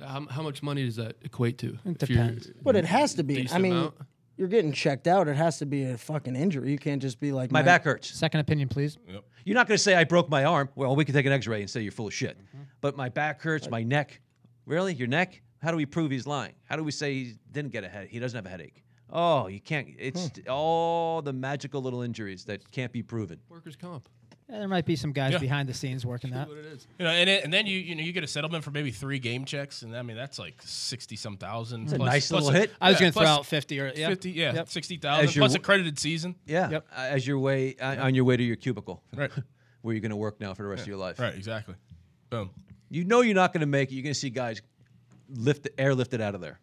Speaker 7: How, how much money does that equate to? It
Speaker 4: depends.
Speaker 6: But it has to be. I
Speaker 7: Decent
Speaker 6: mean,
Speaker 7: amount.
Speaker 6: you're getting checked out. It has to be a fucking injury. You can't just be like
Speaker 5: My back hurts.
Speaker 4: Second opinion, please.
Speaker 5: You're not going to say I broke my arm. Well, we can take an X-ray and say you're full of shit. But my back hurts, my neck. Really, your neck? How do we prove he's lying? How do we say he didn't get a head? He doesn't have a headache. Oh, you can't. It's all the magical little injuries that can't be proven.
Speaker 7: Workers' comp.
Speaker 4: Yeah, there might be some guys
Speaker 3: Yeah.
Speaker 4: behind the scenes working that.
Speaker 7: What it is.
Speaker 3: You know, and, it, and then you you know you get a settlement for maybe three game checks, and I mean that's like sixty some thousand. It's
Speaker 5: a nice little hit.
Speaker 4: I was
Speaker 3: yeah,
Speaker 4: going to throw
Speaker 3: plus
Speaker 4: out 50 or yeah.
Speaker 3: fifty, yeah,
Speaker 4: Yep.
Speaker 3: sixty
Speaker 5: As
Speaker 3: thousand
Speaker 5: your
Speaker 3: plus
Speaker 5: w-
Speaker 3: accredited season.
Speaker 5: Yeah,
Speaker 4: Yep.
Speaker 5: uh, as your way uh, on your way to your cubicle,
Speaker 3: Right.
Speaker 5: where you're going to work now for the rest of your life.
Speaker 3: Right, exactly. Boom.
Speaker 5: You know you're not going to make it. You're going to see guys lift airlifted out of there.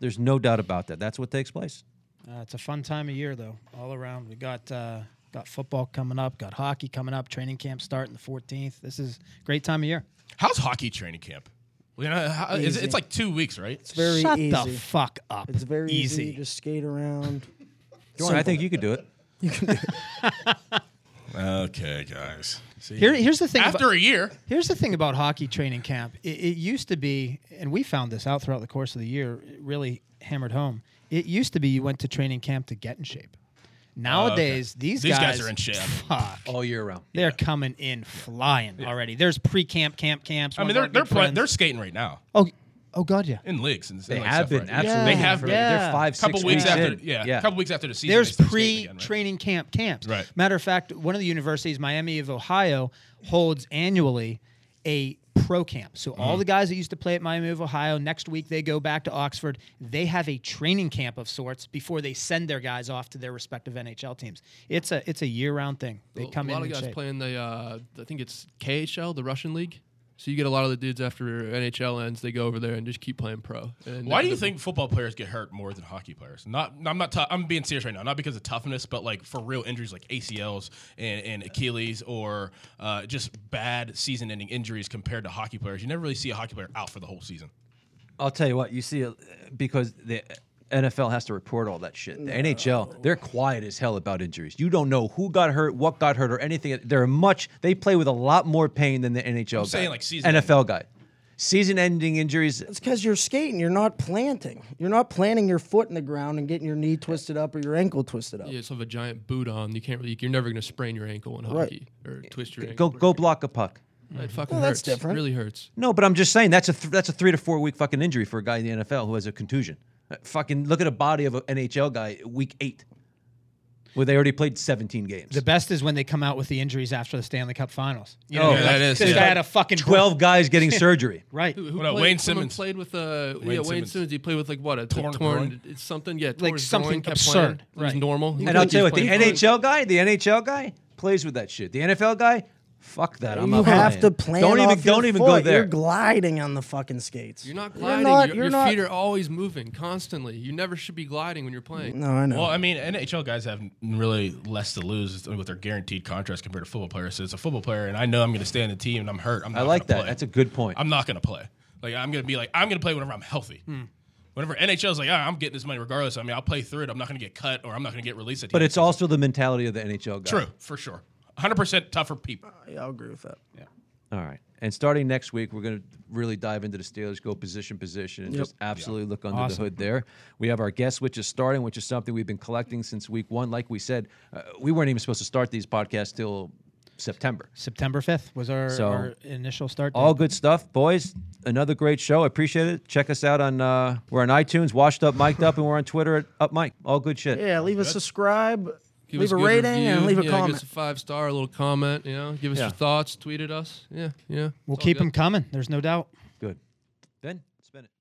Speaker 5: There's no doubt about that. That's what takes place.
Speaker 4: Uh, it's a fun time of year though, all around. We got uh, got football coming up, got hockey coming up, training camp starting the 14th. This is a great time of year.
Speaker 3: How's hockey training camp? You know, how, is it,
Speaker 6: Easy.
Speaker 3: it's like two weeks, right?
Speaker 6: Very
Speaker 4: Shut
Speaker 6: easy.
Speaker 4: the fuck up.
Speaker 6: it's very easy.
Speaker 4: easy.
Speaker 6: You just skate around.
Speaker 5: Jordan, I think you could do it.
Speaker 3: okay, guys. See,
Speaker 4: Here, here's the thing.
Speaker 3: after
Speaker 4: about,
Speaker 3: a year,
Speaker 4: here's the thing about hockey training camp. It, it used to be, and we found this out throughout the course of the year, it really hammered home. It used to be you went to training camp to get in shape. Nowadays, these,
Speaker 3: Oh, These
Speaker 4: guys,
Speaker 3: guys are in shape. Oh,
Speaker 4: Fuck,
Speaker 5: All year round.
Speaker 4: they're coming in flying already. There's pre-camp, camp camps.
Speaker 3: I
Speaker 4: One
Speaker 3: mean
Speaker 4: of
Speaker 3: they're
Speaker 4: our
Speaker 3: they're
Speaker 4: good
Speaker 3: pro-
Speaker 4: friends-
Speaker 3: they're skating right now
Speaker 4: oh, oh god, yeah.
Speaker 3: in leagues and
Speaker 5: They
Speaker 3: like
Speaker 5: have
Speaker 3: stuff,
Speaker 5: been
Speaker 3: right?
Speaker 5: absolutely.
Speaker 4: They have
Speaker 5: for-
Speaker 4: been.
Speaker 5: They're five, six
Speaker 3: couple weeks
Speaker 5: weeks
Speaker 3: after,
Speaker 5: in.
Speaker 3: yeah,
Speaker 5: yeah.
Speaker 3: couple weeks after the season.
Speaker 4: There's
Speaker 3: they start skating again, right?
Speaker 4: pre-training camp camps.
Speaker 3: Right.
Speaker 4: Matter of fact, one of the universities, Miami of Ohio, holds annually a pro camp. So
Speaker 3: Mm-hmm.
Speaker 4: all the guys that used to play at Miami of Ohio, next week they go back to Oxford. They have a training camp of sorts before they send their guys off to their respective NHL teams. It's a it's a year-round thing. They
Speaker 7: a
Speaker 4: come
Speaker 7: lot
Speaker 4: in
Speaker 7: of
Speaker 4: and
Speaker 7: guys
Speaker 4: shape.
Speaker 7: playing the uh, I think it's KHL, the Russian league. So you get a lot of the dudes after NHL ends, they go over there and just keep playing pro. And
Speaker 3: Why do you
Speaker 7: the-
Speaker 3: think football players get hurt more than hockey players? Not, I'm not. i I'm being serious right now. Not because of toughness, but like for real injuries like ACLs and, and Achilles, or uh, just bad season-ending injuries compared to hockey players. You never really see a hockey player out for the whole season.
Speaker 5: I'll tell you what, you see, uh, because the NFL has to report all that shit. The NHL, they're quiet as hell about injuries. You don't know who got hurt, what got hurt, or anything. They're much, they play with a lot more pain than the NHL guy.
Speaker 3: saying, like, season
Speaker 5: NFL guy. Season ending injuries,
Speaker 6: It's because you're skating. You're not planting. You're not planting your foot in the ground and getting your knee twisted up or your ankle twisted up.
Speaker 7: You just have a giant boot on. You can't really. You're never gonna sprain your ankle in hockey or twist your
Speaker 5: go,
Speaker 7: ankle.
Speaker 5: go block a puck.
Speaker 7: It fucking
Speaker 6: Well, that's
Speaker 7: hurts.
Speaker 6: different.
Speaker 7: It really hurts.
Speaker 5: No, but I'm just saying that's a th- that's a three to four week fucking injury for a guy in the NFL who has a contusion. Uh, fucking look at a body of an NHL guy week eight, where they already played 17 games.
Speaker 4: The best is when they come out with the injuries after the Stanley Cup Finals. You
Speaker 5: Oh,
Speaker 4: you're
Speaker 5: that
Speaker 4: like,
Speaker 3: is,
Speaker 4: This
Speaker 3: yeah.
Speaker 4: guy had a fucking
Speaker 5: 12 guys getting surgery.
Speaker 4: Right.
Speaker 7: Who
Speaker 3: What about
Speaker 7: played-
Speaker 3: Wayne
Speaker 7: someone
Speaker 3: Simmons?
Speaker 7: Played with uh, yeah, Wayne
Speaker 3: Simmons.
Speaker 7: Simmons. He played with like what a
Speaker 3: Torn
Speaker 7: torn,
Speaker 3: groin?
Speaker 7: it's something. Yeah, torn
Speaker 4: Like
Speaker 7: his
Speaker 4: something
Speaker 7: groin, kept
Speaker 4: absurd.
Speaker 7: Playing. It
Speaker 4: Right.
Speaker 7: was normal.
Speaker 5: And I'll tell you what, the NHL guy, the NHL guy plays with that shit. The NFL guy, fuck that. I'm
Speaker 6: you
Speaker 5: not
Speaker 6: have
Speaker 5: playing.
Speaker 6: to plant.
Speaker 5: Don't even
Speaker 6: off your
Speaker 5: don't even
Speaker 6: foot.
Speaker 5: go there.
Speaker 6: You're gliding on the fucking skates.
Speaker 7: You're not gliding.
Speaker 6: not-
Speaker 7: your
Speaker 6: you're
Speaker 7: your
Speaker 6: not-
Speaker 7: feet are always moving constantly. You never should be gliding when you're playing.
Speaker 6: No, I know.
Speaker 3: Well, I mean, NHL guys have really less to lose with their guaranteed contracts compared to football players. So it's a football player, and I know I'm going to stay on the team, and I'm hurt. I'm
Speaker 5: I
Speaker 3: not
Speaker 5: like
Speaker 3: gonna
Speaker 5: that.
Speaker 3: play.
Speaker 5: That's a good point.
Speaker 3: I'm not going to play. Like I'm going to be like I'm going to play whenever I'm healthy. Whenever NHL's like, ah, I'm getting this money regardless. I mean, I'll play through it. I'm not going to get cut or I'm not going to get released. At the
Speaker 5: but
Speaker 3: end
Speaker 5: it's also the mentality of the NHL guy.
Speaker 3: True, for sure. 100% tougher people.
Speaker 6: yeah, I'll agree with that.
Speaker 5: All right. And starting next week, we're going to really dive into the Steelers, go position position, and just absolutely look under the hood there. We have our guest, which is starting, which is something we've been collecting since week one. Like we said, uh, we weren't even supposed to start these podcasts till September.
Speaker 4: September 5th was our,
Speaker 5: So-
Speaker 4: our initial start. date.
Speaker 5: All good stuff, boys. Another great show. I appreciate it. Check us out on uh, we're on iTunes, Washed Up, Mic'd Up, and we're on Twitter at Up Mike. All good shit.
Speaker 6: Yeah, leave a subscribe,
Speaker 7: Give
Speaker 6: leave
Speaker 7: us
Speaker 6: a
Speaker 7: good
Speaker 6: rating,
Speaker 7: review.
Speaker 6: and leave a
Speaker 7: yeah, Give
Speaker 6: comment.
Speaker 7: us a five star, a little comment. You know, give us your thoughts. Tweet at us. Yeah, yeah.
Speaker 4: We'll
Speaker 7: It's all
Speaker 4: keep
Speaker 7: good.
Speaker 4: them coming. There's no doubt.
Speaker 5: Good. Ben, spin it.